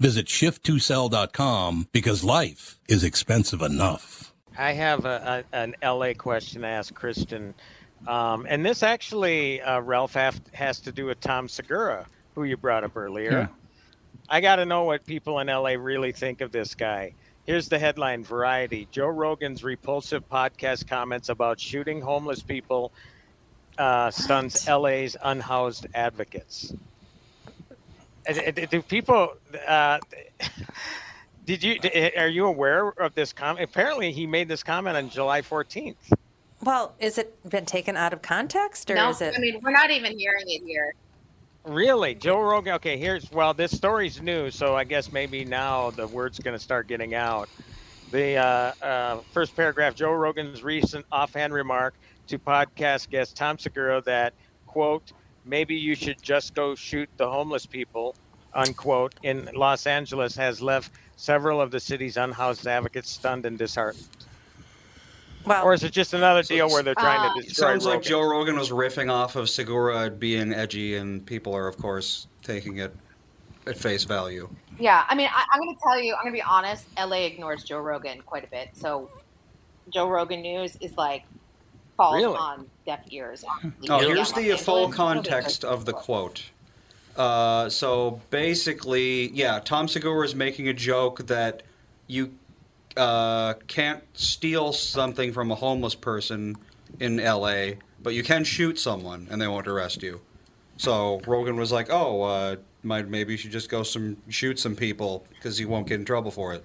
K: Visit shift2sell.com because life is expensive enough.
A: I have a, a, an LA question to ask Kristen. Um, and this actually, uh, Ralph, have, has to do with Tom Segura, who you brought up earlier.
G: Yeah.
A: I got to know what people in LA really think of this guy. Here's the headline Variety Joe Rogan's repulsive podcast comments about shooting homeless people uh, stuns LA's unhoused advocates. Uh, d- d- Do people. Uh, did you? d- Are you aware of this comment? Apparently, he made this comment on July 14th.
F: Well, is it been taken out of context or
J: No,
F: is it?
J: I mean, we're not even hearing it here.
A: Really, Joe Rogan? Okay, here's well, this story's new, so I guess maybe now the word's going to start getting out. The uh, uh, first paragraph: Joe Rogan's recent offhand remark to podcast guest Tom Segura that quote maybe you should just go shoot the homeless people unquote in Los Angeles has left several of the city's unhoused advocates stunned and disheartened.
F: Well,
A: or is it just another deal where they're trying to
C: uh, It
A: destroy?
C: sounds like
A: Rogan?
C: Joe Rogan was riffing off of Segura being edgy, and people are, of course, taking it at face value.
J: Yeah, I mean, I, I'm going to tell you, I'm going to be honest. LA ignores Joe Rogan quite a bit, so Joe Rogan news is like falls
C: Really?
J: on deaf ears.
C: Oh,
J: Yeah,
C: here's
J: Los
C: the full
J: Angeles.
C: context of the quote. Uh, so basically, yeah, Tom Segura is making a joke that you uh, can't steal something from a homeless person in LA, but you can shoot someone and they won't arrest you. So Rogan was like, "Oh, uh, might maybe you should just go some shoot some people because you won't get in trouble for it."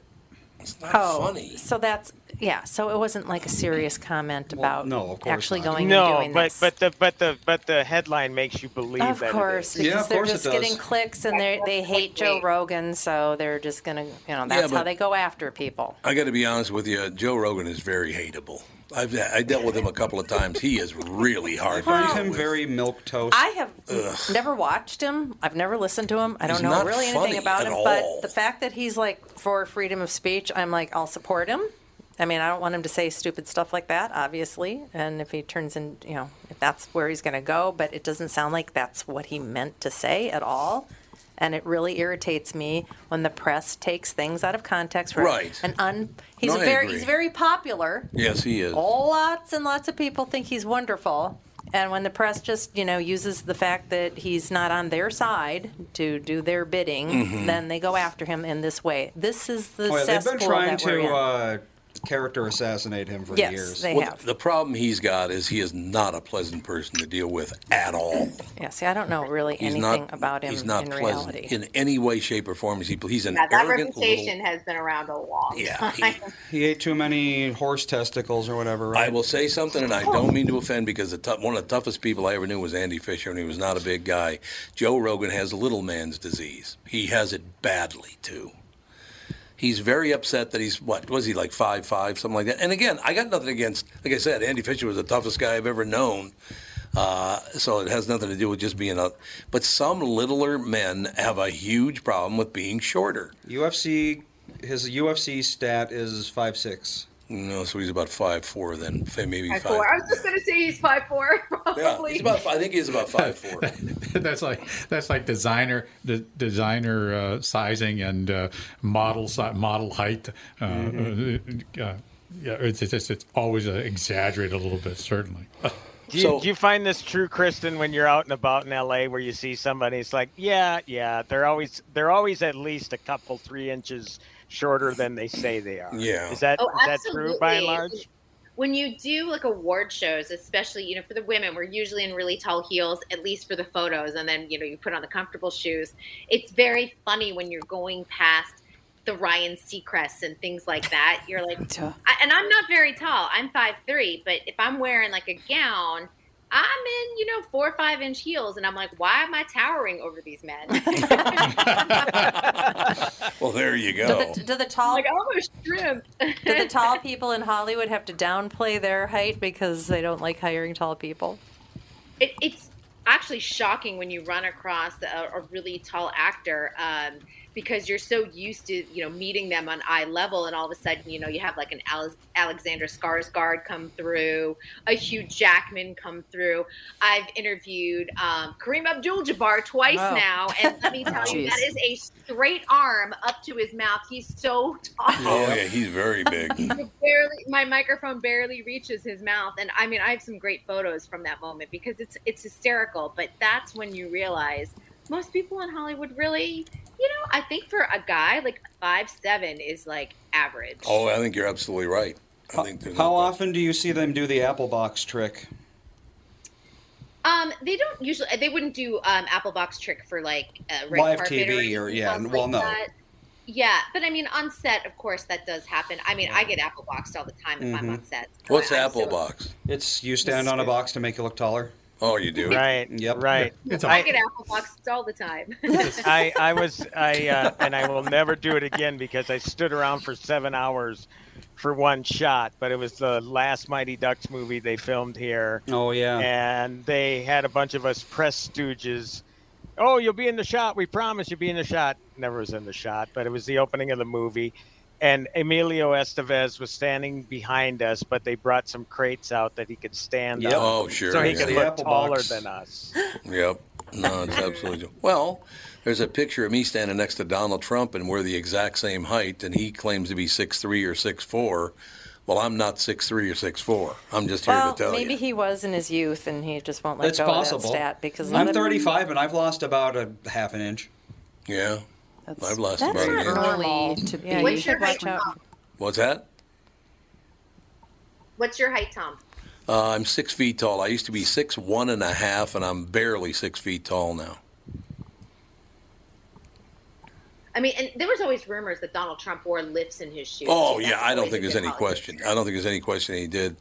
F: oh, so that's yeah. So it wasn't like a serious comment about
C: no, of course
F: actually
C: not.
F: going
A: no,
F: and doing
A: but
F: this.
A: but the but the but the headline makes you believe
F: Of
A: that. it
F: course,
A: is.
F: because they're just getting clicks and they they hate Joe Rogan, so they're just gonna you know that's
B: but-
F: how they go after people.
B: I got to be honest with you. Joe Rogan is very hateable. I've I dealt with him a couple of times. He is really hard.
F: Well-
B: to deal
F: Him
B: with.
C: very milk toast.
F: I have
B: Ugh.
F: never watched him. I've never listened to him. I don't
B: He's
F: know
B: not
F: really
B: funny
F: anything about
B: at
F: him.
B: all.
F: But the fact that he's like for freedom of speech, I'm like I'll support him. I mean, I don't want him to say stupid stuff like that, obviously. And if he turns in, you know, if that's where he's going to go, but it doesn't sound like that's what he meant to say at all. And it really irritates me when the press takes things out of context. where
B: Right.
F: And un, he's
B: No, I
F: very
B: agree.
F: he's very popular.
B: Yes, he is.
F: Lots and lots of people think he's wonderful. And when the press just, you know, uses the fact that he's not on their side to do their bidding,
C: Mhm.
B: Mm-hmm.
F: then they go after him in this way. This is the
C: Oh, yeah, they've been
F: cesspool
C: trying
F: that we're
C: to
F: in.
C: uh, character assassinate him for years.
B: Well, The problem he's got is he is not a pleasant person to deal with at all.
F: Yeah, see, I don't know really
B: He's
F: anything
B: not
F: about him
B: He's not
F: in
B: pleasant
F: reality.
B: in any way, shape, or form. Is he? He's an
J: Yeah, that
B: arrogant little
J: reputation has been around a long
B: Yeah,
J: time.
C: He ate too many horse testicles or whatever. Right?
B: I will say something, and I don't mean to offend because the tou- one of the toughest people I ever knew was Andy Fisher, and he was not a big guy. Joe Rogan has little man's disease. He has it badly too. He's very upset that he's what was he like five five something like that. And again, I got nothing against. Like I said, Andy Fisher was the toughest guy I've ever known. Uh, so it has nothing to do with just being a. But some littler men have a huge problem with being shorter.
C: UFC, his UFC stat is five six.
B: No, so he's about five four then, maybe
J: Five,
B: five.
J: four. I was just going to say he's five four,
B: Yeah,
J: probably.
B: he's about. I think he's about five four.
G: that's like that's like designer de- designer uh, sizing and uh, model si- model height. Uh,
C: Mm-hmm.
G: uh, uh, yeah, it's, it's, it's- it's always uh, exaggerated a little bit, certainly.
A: Do you,
G: So-
A: do you find this true, Kristen, when you're out and about in LA, where you see somebody, it's like, yeah, yeah, they're always they're always at least a couple three inches shorter than they say they are.
B: Yeah.
A: is that is
J: Oh,
A: that true by and
J: absolutely.
A: large?
J: When you do like award shows, especially you know for the women, we're usually in really tall heels, at least for the photos, and then you know you put on the comfortable shoes. It's very funny when you're going past the Ryan Seacrests and things like that. You're like,
D: Duh.
J: I, and I'm not very tall. I'm five three, but if I'm wearing like a gown. I'm in, you know, four or five inch heels, and I'm like, why am I towering over these men?
B: Well, there you go.
F: Do the, do the tall like
J: almost shrimp?
F: do the tall people in Hollywood have to downplay their height because they don't like hiring tall people?
J: it, it's actually shocking when you run across a, a really tall actor um, because you're so used to you know meeting them on eye level and all of a sudden you know you have like an Alex, alexander skarsgård come through a hugh jackman come through i've interviewed um, kareem abdul-jabbar twice
E: Wow.
J: now and let me tell you that
E: Jeez.
J: is a straight arm up to his mouth he's so tall
B: Oh yeah, he's very big.
J: I barely my microphone barely reaches his mouth and i mean i have some great photos from that moment because it's it's hysterical but that's when you realize most people in hollywood really you know i think for a guy like five seven is like average
B: Oh, I think you're absolutely right. I think there's
C: How often do you see them do the apple box trick?
J: um they don't usually they wouldn't do um apple box trick for like uh, red
C: Live
J: carpet or
C: TV or yeah?
J: something
C: Well,
J: like
C: no.
J: that. yeah but i mean on set of course that does happen i mean i get apple boxed all the time if i'm
C: Mhm.
J: on set
B: What's apple box?
C: It's you stand on a box to make you look taller.
B: Oh, you do.
A: Right.
C: Yep.
A: Right.
J: I get apple boxed all the time
A: I, I was I uh, and I will never do it again because I stood around for seven hours for one shot. But it was the last Mighty Ducks movie they filmed here.
C: Oh yeah.
A: And they had a bunch of us press stooges. Oh, you'll be in the shot. We promise you'll be in the shot. Never was in the shot, but it was the opening of the movie. And Emilio Estevez was standing behind us, but they brought some crates out that he could stand
B: Yep.
A: up.
B: Oh, sure,
A: So he
B: yeah.
A: could
B: The
A: look
B: apple
A: taller
B: box.
A: than us.
B: Yep. No, it's absolutely. true. Well, there's a picture of me standing next to Donald Trump, and we're the exact same height, and he claims to be six three or six four. Well, I'm not six three or six four. I'm just here
F: well,
B: to tell
F: maybe
B: you.
F: he was in his youth and he just won't let
C: It's
F: go
C: possible.
F: of that stat because
C: I'm
F: then-
C: 35 and I've lost about a half an inch.
B: Yeah. I've lost
F: that's
B: about
F: not
B: an inch.
F: early to
J: Yeah,
F: be.
J: you should watch out.
B: What's that?
J: what's your height tom
B: Uh, I'm six feet tall. I used to be six one and a half, and I'm barely six feet tall now.
J: I mean, and there was always rumors that Donald Trump wore lifts in his shoes.
B: Oh
J: too.
B: yeah,
J: That's
B: I don't
J: always
B: think
J: a
B: there's
J: big
B: any
J: holiday.
B: question. I don't think there's any question he did.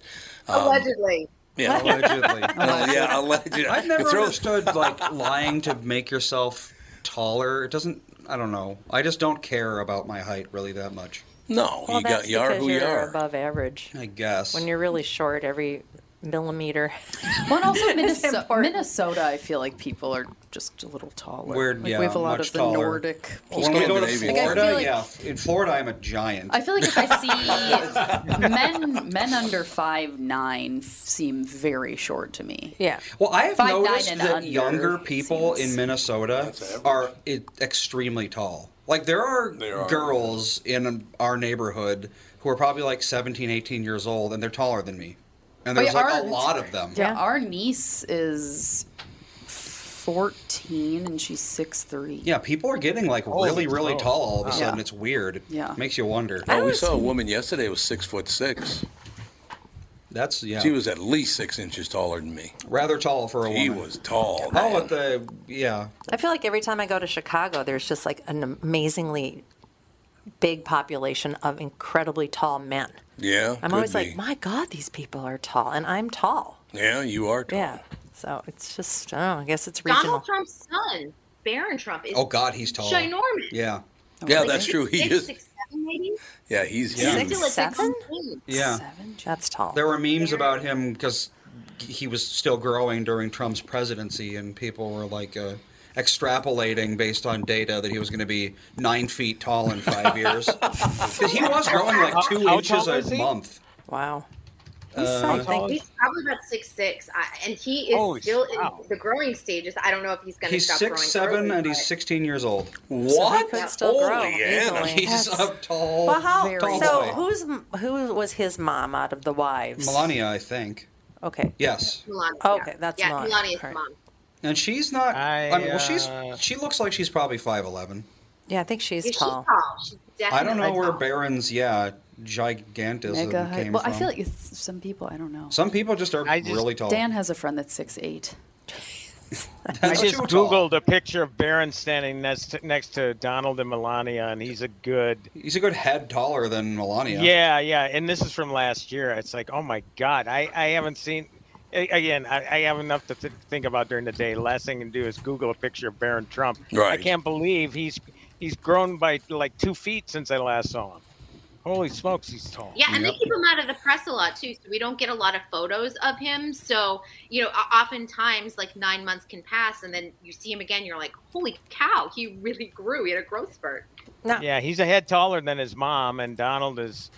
B: Um,
J: Allegedly.
B: Yeah,
C: allegedly.
B: Oh, yeah, allegedly.
C: I've never
B: It throws-
C: understood like lying to make yourself taller. It doesn't. I don't know. I just don't care about my height really that much.
B: No,
F: Well, that's because you're above average.
C: I guess.
F: When you're really short, every millimeter.
D: Well, and also Minnesota, Minnesota, I feel like people are just a little taller.
C: Weird,
D: like
C: yeah,
D: we have a lot
C: much
D: of the
C: taller.
D: Nordic.
C: Well, when we go to
D: Like, I feel
C: Florida,
D: like-
C: yeah, in Florida I'm a giant.
D: I feel like if I see men men under five nine seem very short to me.
F: Yeah.
C: Well, I have
D: Five, nine,
C: noticed
D: and
C: that
D: under
C: younger people
D: seems-
C: in Minnesota are i- extremely tall. Like there are,
B: are.
C: girls in our neighborhood who are probably like 17, 18 years old, and they're taller than me. And
D: Oh,
C: there's
D: yeah,
C: like a
D: our-
C: lot of them.
D: Yeah, our niece is fourteen and she's six three.
C: Yeah, people are getting like
D: Oh,
C: really, really
D: oh.
C: tall all of a
D: Yeah.
C: sudden. It's weird.
D: Yeah.
C: Makes you wonder.
B: Oh, we saw a woman yesterday who was six foot six.
C: That's yeah.
B: She was at least six inches taller than me.
C: Rather tall for a
B: She
C: woman.
B: was tall.
C: Oh, at the yeah.
F: I feel like every time I go to Chicago, there's just like an amazingly big population of incredibly tall men.
B: Yeah.
F: I'm
B: could
F: always
B: be.
F: like, my God, these people are tall, and I'm tall.
B: Yeah, you are. Tall.
F: Yeah. So it's just, I don't know, I guess it's regional.
J: Donald Trump's son, Barron Trump, is
B: Oh, God, he's tall.
J: Ginormous.
C: Yeah.
B: Yeah,
F: Oh,
J: Like
B: that's
J: six-
B: true. He
J: six,
B: is.
J: six, seven, maybe?
B: Yeah, he's
C: Yeah.
B: huge.
J: Ridiculous, like
F: seven?
J: six, eight.
C: Yeah.
F: That's tall.
C: There were memes about him because he was still growing during Trump's presidency, and people were like uh, extrapolating based on data that he was going to be nine feet tall in five years. 'Cause he was growing like
A: How-
C: two
A: how
C: inches
A: tall
C: a
A: is he?
C: month. Uh,
F: Wow.
C: He's
F: Oh.
J: He's probably about six six, and he is
C: Holy
J: still in the growing stages. I don't know if he's going to
C: He's
J: stop
C: six
J: growing.
C: seven
J: early,
C: and
J: but-
C: he's sixteen years old.
F: What? could still
C: Holy
F: grow
C: Anna,
F: easily.
C: he's
F: That's-
C: up tall.
B: Oh,
F: Well, how,
C: tall
F: so
C: boy.
F: who's who was his mom out of the wives?
C: Melania, I think.
F: Okay.
C: Yes,
J: Melania.
F: Okay, that's
J: yeah,
F: Melania.
J: Melania's
F: All right.
J: mom.
C: and she's not. I,
J: I,
C: mean, well, she's
F: uh,
C: she looks like she's probably five eleven.
F: Yeah, I think she's
J: Yeah,
F: tall.
J: She's tall. She's definitely
C: I don't know where
J: tall.
C: Barron's yeah gigantism
D: Mega
C: came
D: height. Well,
C: from.
D: I feel like it's some people. I don't know.
C: Some people just are really tall.
D: Dan has a friend that's six eight.
A: I just googled a picture of Barron standing next to, next to Donald and Melania, and he's a good.
C: He's a good head taller than Melania.
A: Yeah, yeah, and this is from last year. It's like, oh my god, I I haven't seen. a- Again, I, I have enough to th- think about during the day. Last thing I can do is Google a picture of Barron Trump. I
B: Right.
A: can't believe he's he's grown by like two feet since I last saw him. Holy smokes, he's tall.
J: Yeah, and they keep him out of the press a lot too, so we don't get a lot of photos of him. So you know, o- oftentimes like nine months can pass, and then you see him again. You're like, holy cow, he really grew. He had a growth spurt.
A: Yeah, he's a head taller than his mom, and Donald is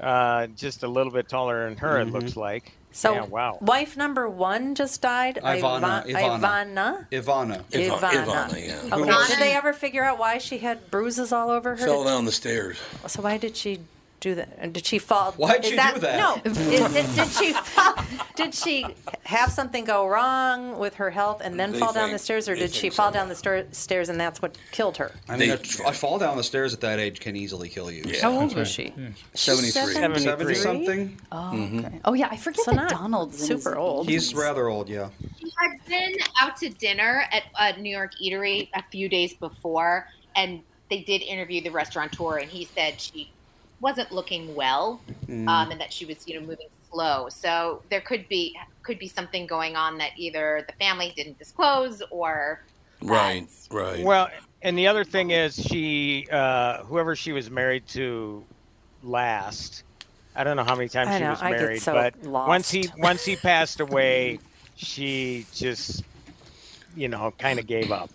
A: uh, just a little bit taller than her. It looks like.
F: So,
A: yeah, wow.
F: wife number one just died.
C: Ivana,
F: Iva-
C: Ivana.
F: Ivana.
C: Ivana.
B: yeah.
F: Ivana. Okay. Did they ever figure out why she had bruises all over her?
B: Fell down the stairs.
F: So why did she do that? And Did she fall?
B: Why'd
F: is
B: she do that?
F: No. Is- did, did she fall, did she have something go wrong with her health and then
C: They
F: fall down
C: think-
F: the stairs, or
C: they
F: did she
C: think
F: fall down the stair, stairs and that's what killed her?
C: I mean, a, a fall down the stairs at that age can easily kill you.
F: Yeah. How old That's was right. she? Yeah.
C: Seventy-three.
F: She's
C: 70
F: 73?
C: something.
D: Oh,
C: Mhm.
D: okay. oh yeah, I forget that Donald's in his
F: super old.
C: He's rather old, yeah.
J: He had been out to dinner at a New York eatery a few days before, and they did interview the restaurateur, and he said she wasn't looking well,
C: Mm.
J: um, and that she was you know moving slow. So there could be could be something going on that either the family didn't disclose or
B: Right, right.
A: Well, and the other thing is, she, uh, whoever she was married to last, I don't know how many times
F: I
A: she
F: know,
A: was
F: I get
A: married,
F: so
A: but once he
F: lost.
A: once he passed away, she just, you know, kind of gave up.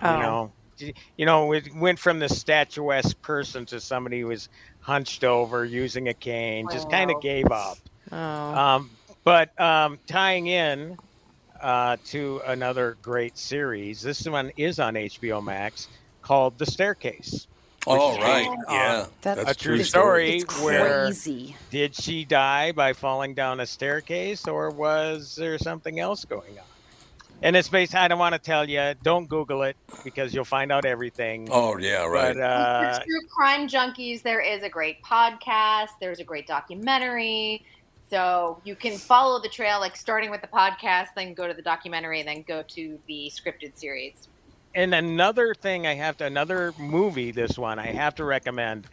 F: Oh.
A: You know, She- you know, it went from this statuesque person to somebody who was hunched over, using a cane, just kind
F: Oh.
A: of gave up.
F: Oh.
A: Um, but um, tying in uh, to another great series, this one is on HBO Max called The Staircase. which
B: Oh,
A: is
B: right.
A: based on
B: Yeah. That's
A: a true
B: true
A: story.
B: story. It's
A: where
B: crazy.
A: Did she die by falling down a staircase, or was there something else going on? And it's based. I don't want to tell you. Don't Google it because you'll find out everything.
B: Oh, yeah, right.
A: But, uh,
J: For true crime junkies, there is a great podcast. There's a great documentary. So you can follow the trail, like starting with the podcast, then go to the documentary, and then go to the scripted series.
A: and another thing I have to another movie this one I have to recommend.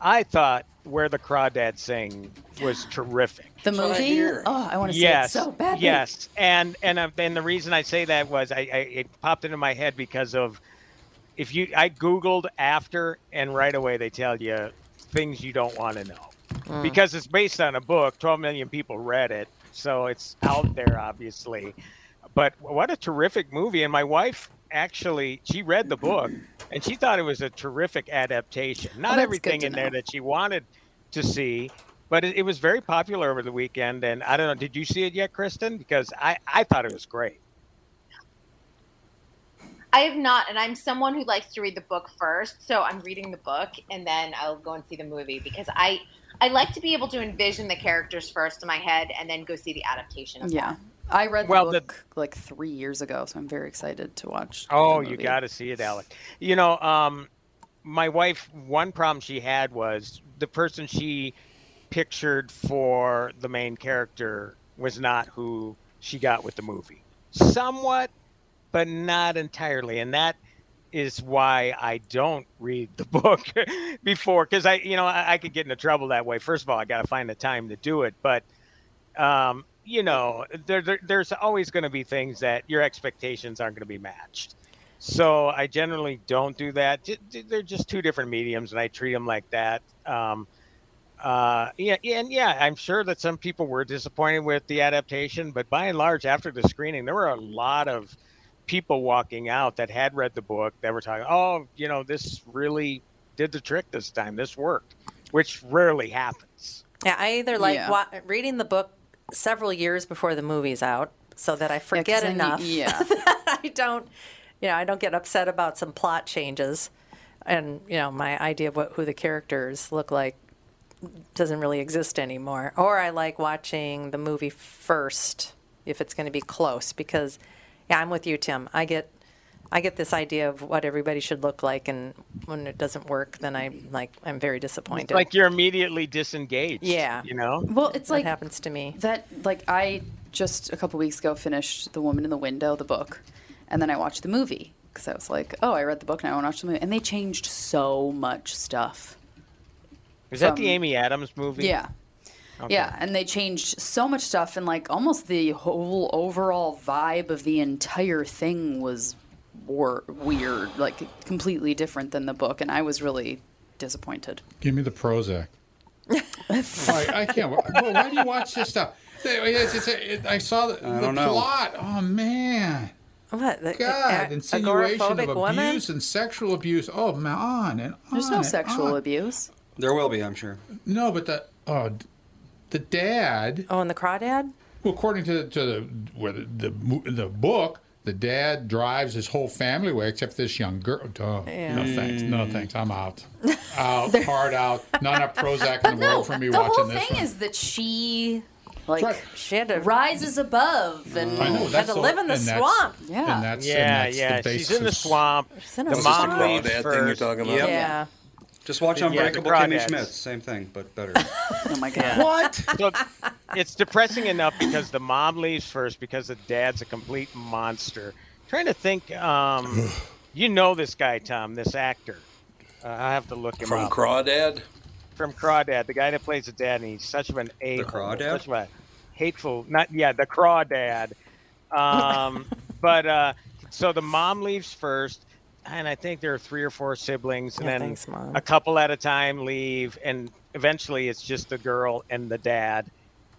A: I thought Where the Crawdads Sing was terrific.
D: The movie. oh, I want to
A: yes,
D: see it so badly.
A: Yes, and and uh, and the reason I say that was I, I it popped into my head because of if you I googled after and right away they tell you things you don't want to know
O: Mm.
A: because it's based on a book. Twelve million people read it, so it's out there obviously. But what a terrific movie! And my wife actually she read the book and she thought it was a terrific adaptation.
O: Well,
A: Not
O: Oh, that's good
A: everything
O: to
A: in there
O: know.
A: that she wanted to see. But it, it was very popular over the weekend, and I don't know. Did you see it yet, Kristen? Because I, I thought it was great.
J: I have not, and I'm someone who likes to read the book first. So I'm reading the book, and then I'll go and see the movie because I I like to be able to envision the characters first in my head, and then go see the adaptation. Of
D: Yeah.
J: that.
D: I read the
A: Well, the-
D: book like three years ago, so I'm very excited to watch. the
A: Oh, you
D: movie.
A: got to see it, Alec. You know, um, my wife. One problem she had was the person she pictured for the main character was not who she got with the movie. Somewhat, but not entirely, and that is why I don't read the book before because I, you know, I, I could get into trouble that way. First of all, I got to find the time to do it, but um, you know, there, there, there's always going to be things that your expectations aren't going to be matched. So I generally don't do that. J- j- They're just two different mediums, and I treat them like that. Um, uh, yeah, yeah, and yeah, I'm sure that some people were disappointed with the adaptation, but by and large, after the screening, there were a lot of people walking out that had read the book that were talking, "Oh, you know, this really did the trick this time. This worked," which rarely happens.
F: Yeah, I either like
A: Yeah.
F: wa- reading the book several years before the movie's out so that I forget
D: then you-
F: enough
D: yeah.
F: that I don't, you know, I don't get upset about some plot changes. And, you know, my idea of what, who the characters look like doesn't really exist anymore. Or I like watching the movie first if it's going to be close because, yeah, I'm with you, Tim. I get. I get this idea of what everybody should look like, and when it doesn't work, then I like I'm very disappointed.
A: It's like you're immediately disengaged.
F: Yeah.
A: You know?
D: Well, it's
F: That
D: like
F: happens to me.
D: That like I just a couple weeks ago finished The Woman in the Window, the book, and then I watched the movie because I was like, oh, I read the book now I want to watch the movie, and they changed so much stuff.
A: Is that
D: From-
A: the Amy Adams movie?
D: Yeah.
A: Okay.
D: Yeah, and they changed so much stuff, and like almost the whole overall vibe of the entire thing was war- weird, like completely different than the book, and I was really disappointed.
G: Give me the Prozac. I, I can't. wa- Well, why do you watch this stuff? It's- it's- it- I saw the,
C: I
G: the
C: don't know.
G: plot. Oh man.
F: What? The,
G: God,
F: a-
G: insinuation of
F: agoraphobic woman?
G: abuse and sexual abuse. Oh, man, on and on.
D: There's no
G: and
D: sexual
G: on.
D: abuse.
C: There will be, I'm sure.
G: No, but the oh, d- the dad.
F: Oh, and the crawdad.
G: Well, according to to the where the, the mo- the book, the dad drives his whole family away except this young girl. Oh,
F: Yeah.
G: No thanks. No thanks. I'm out. Out. hard out. Not enough Prozac in the world for me
D: the
G: watching
D: whole
G: this.
D: thing
G: one.
D: is that she like
G: Right.
F: she had to
D: rises above and
G: I know,
D: had
G: that's
D: to
G: the-
D: live in the
G: and that's-
D: swamp.
G: and
D: Yeah,
G: that's- and
A: yeah,
G: that's the
A: yeah. She's in the
G: basis.
A: swamp.
D: She's
A: The
D: in a swamp.
A: mom
D: That
A: leaves
D: was just the
A: first.
D: crawdad thing you're talking about? Yeah.
C: Just watch
A: Yeah, the
C: Unbreakable Kimmy
A: Crawdads.
C: Schmidt. Same thing, but better.
D: oh my
A: God.
C: What?
A: So it's depressing enough because the mom leaves first because the dad's a complete monster. trying to think. Um, you know this guy, Tom, this actor. Uh, I have to look him
B: From
A: up.
B: Crawdad?
A: From Crawdad, the guy that plays the dad, and he's such of an a the
B: Crawdad?
A: such of a hateful. Not yeah, the Crawdad. Um, but uh, so the mom leaves first, and I think there are three or four siblings, and
F: Yeah,
A: then
F: thanks, Mom.
A: a couple at a time leave, and eventually it's just the girl and the dad,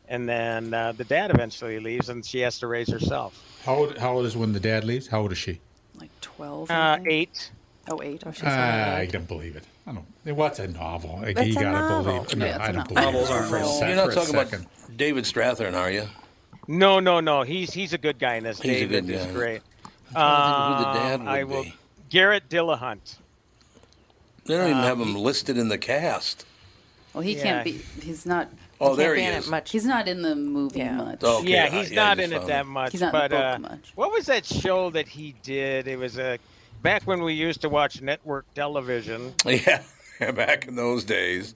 A: and then uh, the dad eventually leaves, and she has to raise herself.
G: How old, how old is when the dad leaves? How old is she?
D: Twelve.
A: Uh, eight.
D: Oh, eight.
F: Oh,
G: Ah, I don't believe it. I don't. What's a novel? Like,
D: It's
G: you
D: a
G: gotta
D: novel.
G: believe. it. No,
D: Yeah, it's
G: I
D: a
G: don't
D: novel.
G: believe
D: Novels
G: it.
D: aren't
G: For a
D: real.
G: sec-
B: You're not
G: for a
B: talking about
G: second.
B: David Strathern, are you?
A: No, no, no. He's he's a good guy in this.
B: He's a
A: David
B: good
A: is
B: guy.
A: great.
B: trying to think who the dad
A: Um, I
B: would
A: will.
B: be.
A: Garrett Dillahunt.
B: They don't even
A: Um,
B: have him listed in the cast.
D: Well, he
A: Yeah,
D: can't be. He's not.
B: Oh, there he is. Oh,
D: much. He's not in the movie much.
B: Okay,
A: yeah,
B: I-
A: he's
B: yeah, I
A: not
B: just
A: in it
B: found
A: that
B: him.
A: much.
D: He's not in the
A: but
D: book
A: uh, what was that show that he did? It was a back when we used to watch network television.
B: Yeah, back in those days.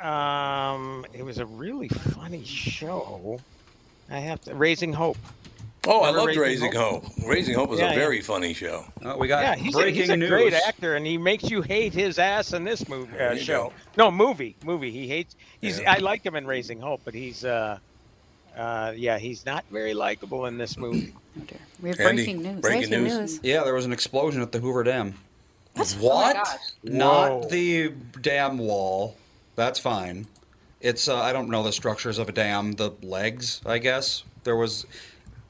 A: Um, it was a really funny show. I have to Raising Hope.
B: Oh, I
A: Remember
B: loved Raising Hope. Raising Hope was
A: Yeah,
B: a
A: yeah.
B: very funny show.
C: Uh, Oh, we got
A: yeah, he's a, he's
C: breaking
A: a great
C: news.
A: actor, and he makes you hate his ass in this movie
B: There
A: uh,
B: you
A: show.
B: go.
A: No movie, movie. He hates. He's.
B: Yeah.
A: I like him in Raising Hope, but he's. Uh, uh, yeah, he's not very likable in this movie.
D: Oh, We have
C: Andy,
D: breaking news.
C: breaking Breaking news.
D: news. oh
C: Yeah, there was an explosion at the Hoover Dam. What?
D: gosh.
C: Not the dam wall. That's fine. It's uh, I don't know the structures of a dam. The legs, I guess. There was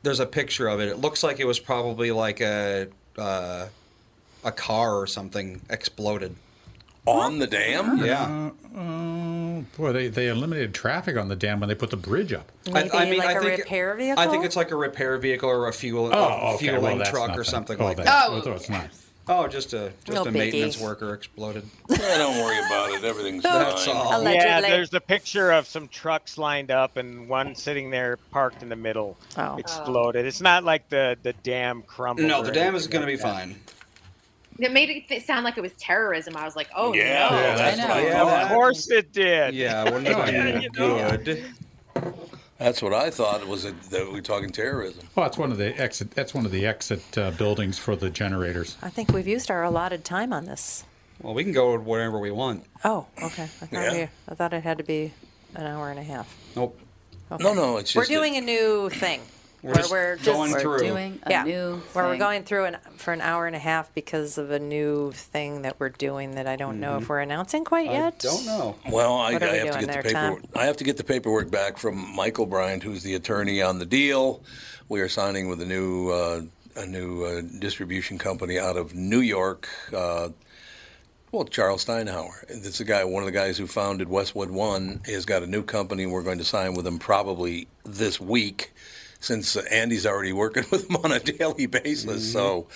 C: there's a picture of it. It looks like it was probably like a uh, a car or something exploded
B: on the dam.
C: Yeah.
G: Uh, oh, boy, they, they eliminated traffic on the dam when they put the bridge up.
F: Maybe like a
C: a
F: repair vehicle.
C: I think it's like a refueling,
G: Oh,
C: a
G: okay.
C: fueling
G: Well, that's
C: truck or
G: nothing.
C: something
G: Oh,
C: like
G: that-
C: that.
G: oh, it's not.
C: Oh, just a just
F: No
C: a maintenance
F: biggie.
C: worker exploded.
B: don't worry about it. Everything's
C: That's
B: fine.
C: all.
A: Yeah,
F: Allegedly.
A: there's a picture of some trucks lined up and one sitting there parked in the middle,
D: Oh.
A: exploded. It's not like the the dam crumbled.
C: No,
A: or
C: the dam is
A: anything
C: going to
A: like
C: be
A: that.
C: fine.
J: It made it th- sound like it was terrorism. I was like, oh
C: Yeah,
J: no.
C: yeah, that's I know. what I
A: Yeah,
C: thought.
A: of course it did.
C: Yeah, wouldn't have been good.
B: That's what I thought was it, that we were talking terrorism.
G: Well, that's one of the exit. That's one of the exit uh, buildings for the generators.
F: I think we've used our allotted time on this.
C: Well, we can go wherever we want.
F: Oh, okay. I thought,
C: Yeah.
F: we- I thought it had to be an hour and a half.
C: Nope.
F: Okay.
B: No, no, it's
F: we're
B: just
F: doing a new thing.
C: We're
F: where
C: just
F: we're just
C: going We're through. doing
D: a
F: yeah,
D: new
F: where we're
D: thing.
F: going through an, for an hour and a half because of a new thing that we're doing that I don't know
B: Mm-hmm.
F: if we're announcing quite yet.
B: Well, I,
F: What are
B: I
F: we
B: have
F: doing
B: to get the
F: there, Tom?
B: paperwork. I have to get the paperwork back from Michael Bryant, who's the attorney on the deal. We are signing with a new uh, a new uh, distribution company out of New York. Uh, well, Charles Steinhauer. That's a guy, one of the guys who founded Westwood One, has got a new company. We're going to sign with him probably this week, since Andy's already working with him on a daily basis. So,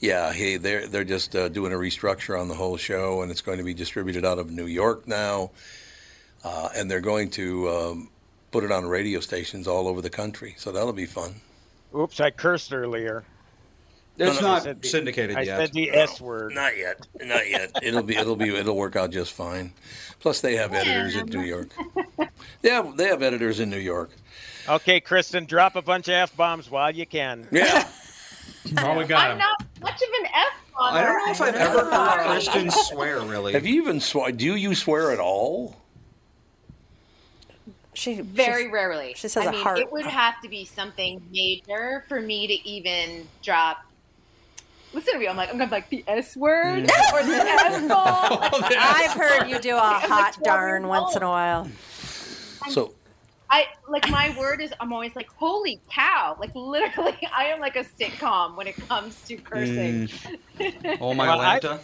B: yeah, hey, they're they're just uh, doing a restructure on the whole show, and it's going to be distributed out of New York now, uh, and they're going to um, put it on radio stations all over the country. So that'll be fun.
A: Oops, I cursed earlier.
C: It's
A: I
C: not
A: said the-
C: syndicated
A: I
C: yet.
A: said the S word.
B: Not yet. Not yet. It'll be it'll be it'll work out just fine. Plus, they have editors in New York. Yeah, they have editors in New York.
A: Okay, Kristen, drop a bunch of f bombs while you can.
B: Yeah.
G: oh, we
J: I'm not much of an F on
C: I don't know if I've ever heard Christian swear. Really,
B: Have you even sw- do you swear at all?
F: She
J: Very rarely.
F: she says
J: I
F: a
J: mean,
F: heart.
J: it would have to be something major for me to even drop. Listen to me. I'm like, I'm gonna be like the S word or the F bomb.
B: Oh,
F: I've heard you do a hot darn once in a while.
B: So
J: I like my word is I'm always like, holy cow! Like literally, I am like a sitcom when it comes to cursing.
C: Oh my
A: Well, I-
C: lanta.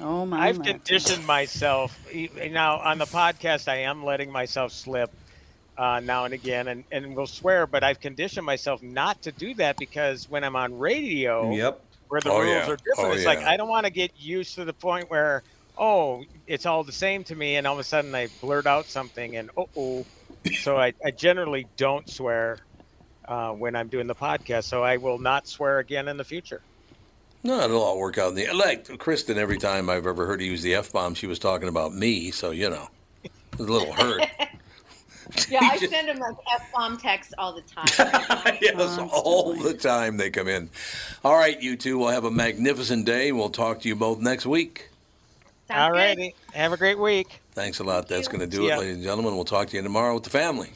D: Oh my!
A: I've conditioned myself. e- Now on the podcast, I am letting myself slip uh, now and again, and and will swear, but I've conditioned myself not to do that because when I'm on radio,
C: Yep.
A: where the
C: Oh,
A: rules
C: yeah.
A: are different,
C: Oh,
A: it's like
C: yeah.
A: I don't want to get used to the point where oh, it's all the same to me, and all of a sudden I blurt out something, and oh, oh. so I, I generally don't swear. Uh, when I'm doing the podcast, so I will not swear again in the future.
B: No, it'll all work out. In the, like Kristen, every time I've ever heard her use the f bomb, she was talking about me. So you know, it was a little hurt.
J: yeah, I send him like F bomb texts all the time.
B: yes, all the time they come in. All right, you two. We'll have a magnificent day. We'll talk to you both next week.
A: All righty. Have a great week.
B: Thanks a lot. That's going to
A: See
B: do it,
A: ya.
B: ladies and gentlemen. We'll talk to you tomorrow with the family.